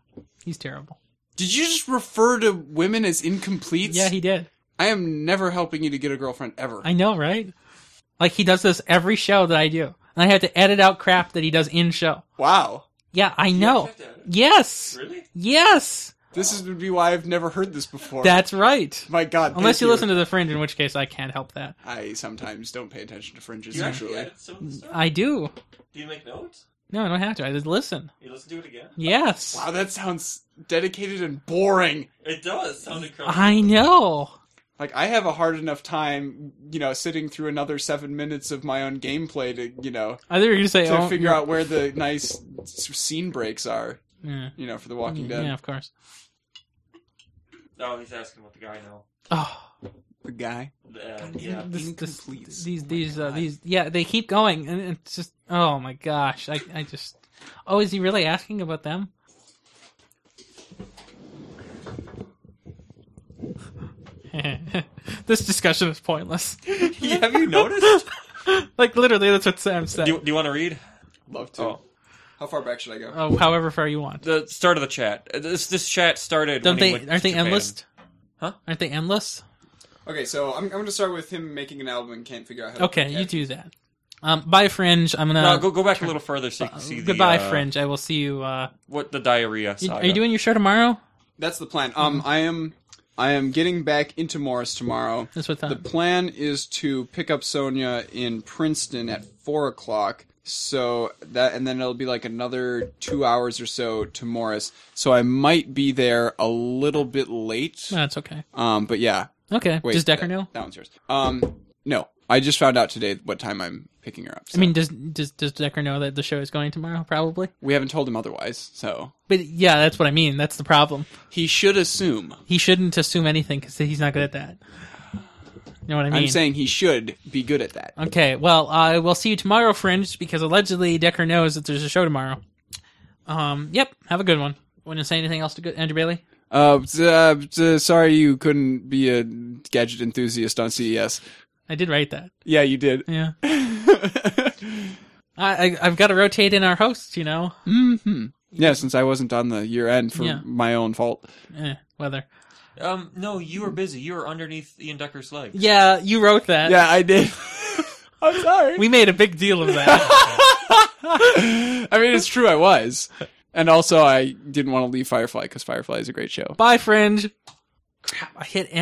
S3: he's terrible.
S4: Did you just refer to women as incompletes?
S3: Yeah, he did.
S4: I am never helping you to get a girlfriend ever.
S3: I know, right? Like he does this every show that I do, and I have to edit out crap that he does in show.
S4: Wow.
S3: Yeah, I know. Yes.
S2: Really?
S3: Yes.
S4: This is, would be why I've never heard this before.
S3: That's right.
S4: My God.
S3: Unless
S4: thank
S3: you, listen to the fringe, in which case I can't help that.
S4: I sometimes don't pay attention to fringes.
S2: Do you actually Mm.
S4: usually,
S2: edit some of the stuff?
S3: I do.
S2: Do you make notes?
S3: No, I don't have to. I just listen.
S2: You listen to it again?
S3: Yes.
S4: Wow, that sounds dedicated and boring.
S2: It does sound incredible.
S3: I know.
S4: Like I have a hard enough time, you know, sitting through another seven minutes of my own gameplay to, you know,
S3: I thought you were gonna say,
S4: to
S3: oh,
S4: figure
S3: you're-
S4: out where the nice s- scene breaks are.
S3: Yeah.
S4: You know, for The Walking Dead.
S3: Mm, Yeah, of course.
S2: Oh, he's asking about the guy now.
S3: Oh.
S4: The guy.
S2: Uh, yeah.
S3: This, this,
S4: Oh
S3: these these uh, these yeah they keep going and it's just oh my gosh I I just oh is he really asking about them? this discussion is pointless.
S2: have you noticed?
S3: like literally, that's what Sam said.
S2: Do you, do you want to read?
S4: Love to.
S2: Oh.
S4: How far back should I go?
S3: oh, however far you want.
S2: The start of the chat. Uh, This this chat started.
S3: Don't
S2: when he
S3: they
S2: went to
S3: aren't they
S2: Japan.
S3: endless?
S2: Huh?
S3: Aren't they endless?
S4: Okay, so I'm, I'm going to start with him making an album and can't figure out how. to
S3: Okay,
S4: play
S3: you do that. Um, bye, Fringe. I'm gonna
S2: No, go go back a little further so you can see the
S3: goodbye,
S2: uh,
S3: Fringe. I will see you. Uh,
S2: What the diarrhea?
S3: you- are
S2: saga.
S3: you doing your show tomorrow? Oh,
S4: That's the plan. Um,
S3: Mm-hmm.
S4: I am, I am getting back into Morris tomorrow.
S3: That's what
S4: the plan is to pick up Sonia in Princeton at four o'clock. So that, and then it'll be like another two hours or so to Morris. So I might be there a little bit late.
S3: That's okay.
S4: Um, but yeah.
S3: Okay.
S4: Wait,
S3: Does Decker
S4: that-
S3: know?
S4: That one's yours. Um, no. I just found out today what time I'm picking her up.
S3: I mean, does does does Decker know that the show is going tomorrow? Probably.
S4: We haven't told him otherwise, so
S3: But yeah, that's what I mean. That's the problem.
S4: He should assume.
S3: He shouldn't assume anything because he's not good at that. You know what I mean?
S4: I'm saying he should be good at that.
S3: Okay, well, uh, we'll see you tomorrow, Fringe, because allegedly Decker knows that there's a show tomorrow. Um, yep, have a good one. Want to say anything else to good Andrew Bailey?
S4: Uh, t- uh, t- sorry you couldn't be a gadget enthusiast on E CES.
S3: I did write that.
S4: Yeah, you did.
S3: Yeah. I, I I've got to rotate in our hosts, you know.
S4: Mm-hmm. Yeah, since I wasn't on the year end for
S3: Yeah.
S4: my own fault.
S3: Eh, weather.
S2: Um, no, you were busy. You were underneath Ian Decker's legs.
S3: Yeah, you wrote that.
S4: Yeah, I did. I'm sorry.
S3: We made a big deal of that.
S4: I mean, it's true, I was. And also, I didn't want to leave Firefly because Firefly is a great show.
S3: Bye, Fringe. Crap, I hit end.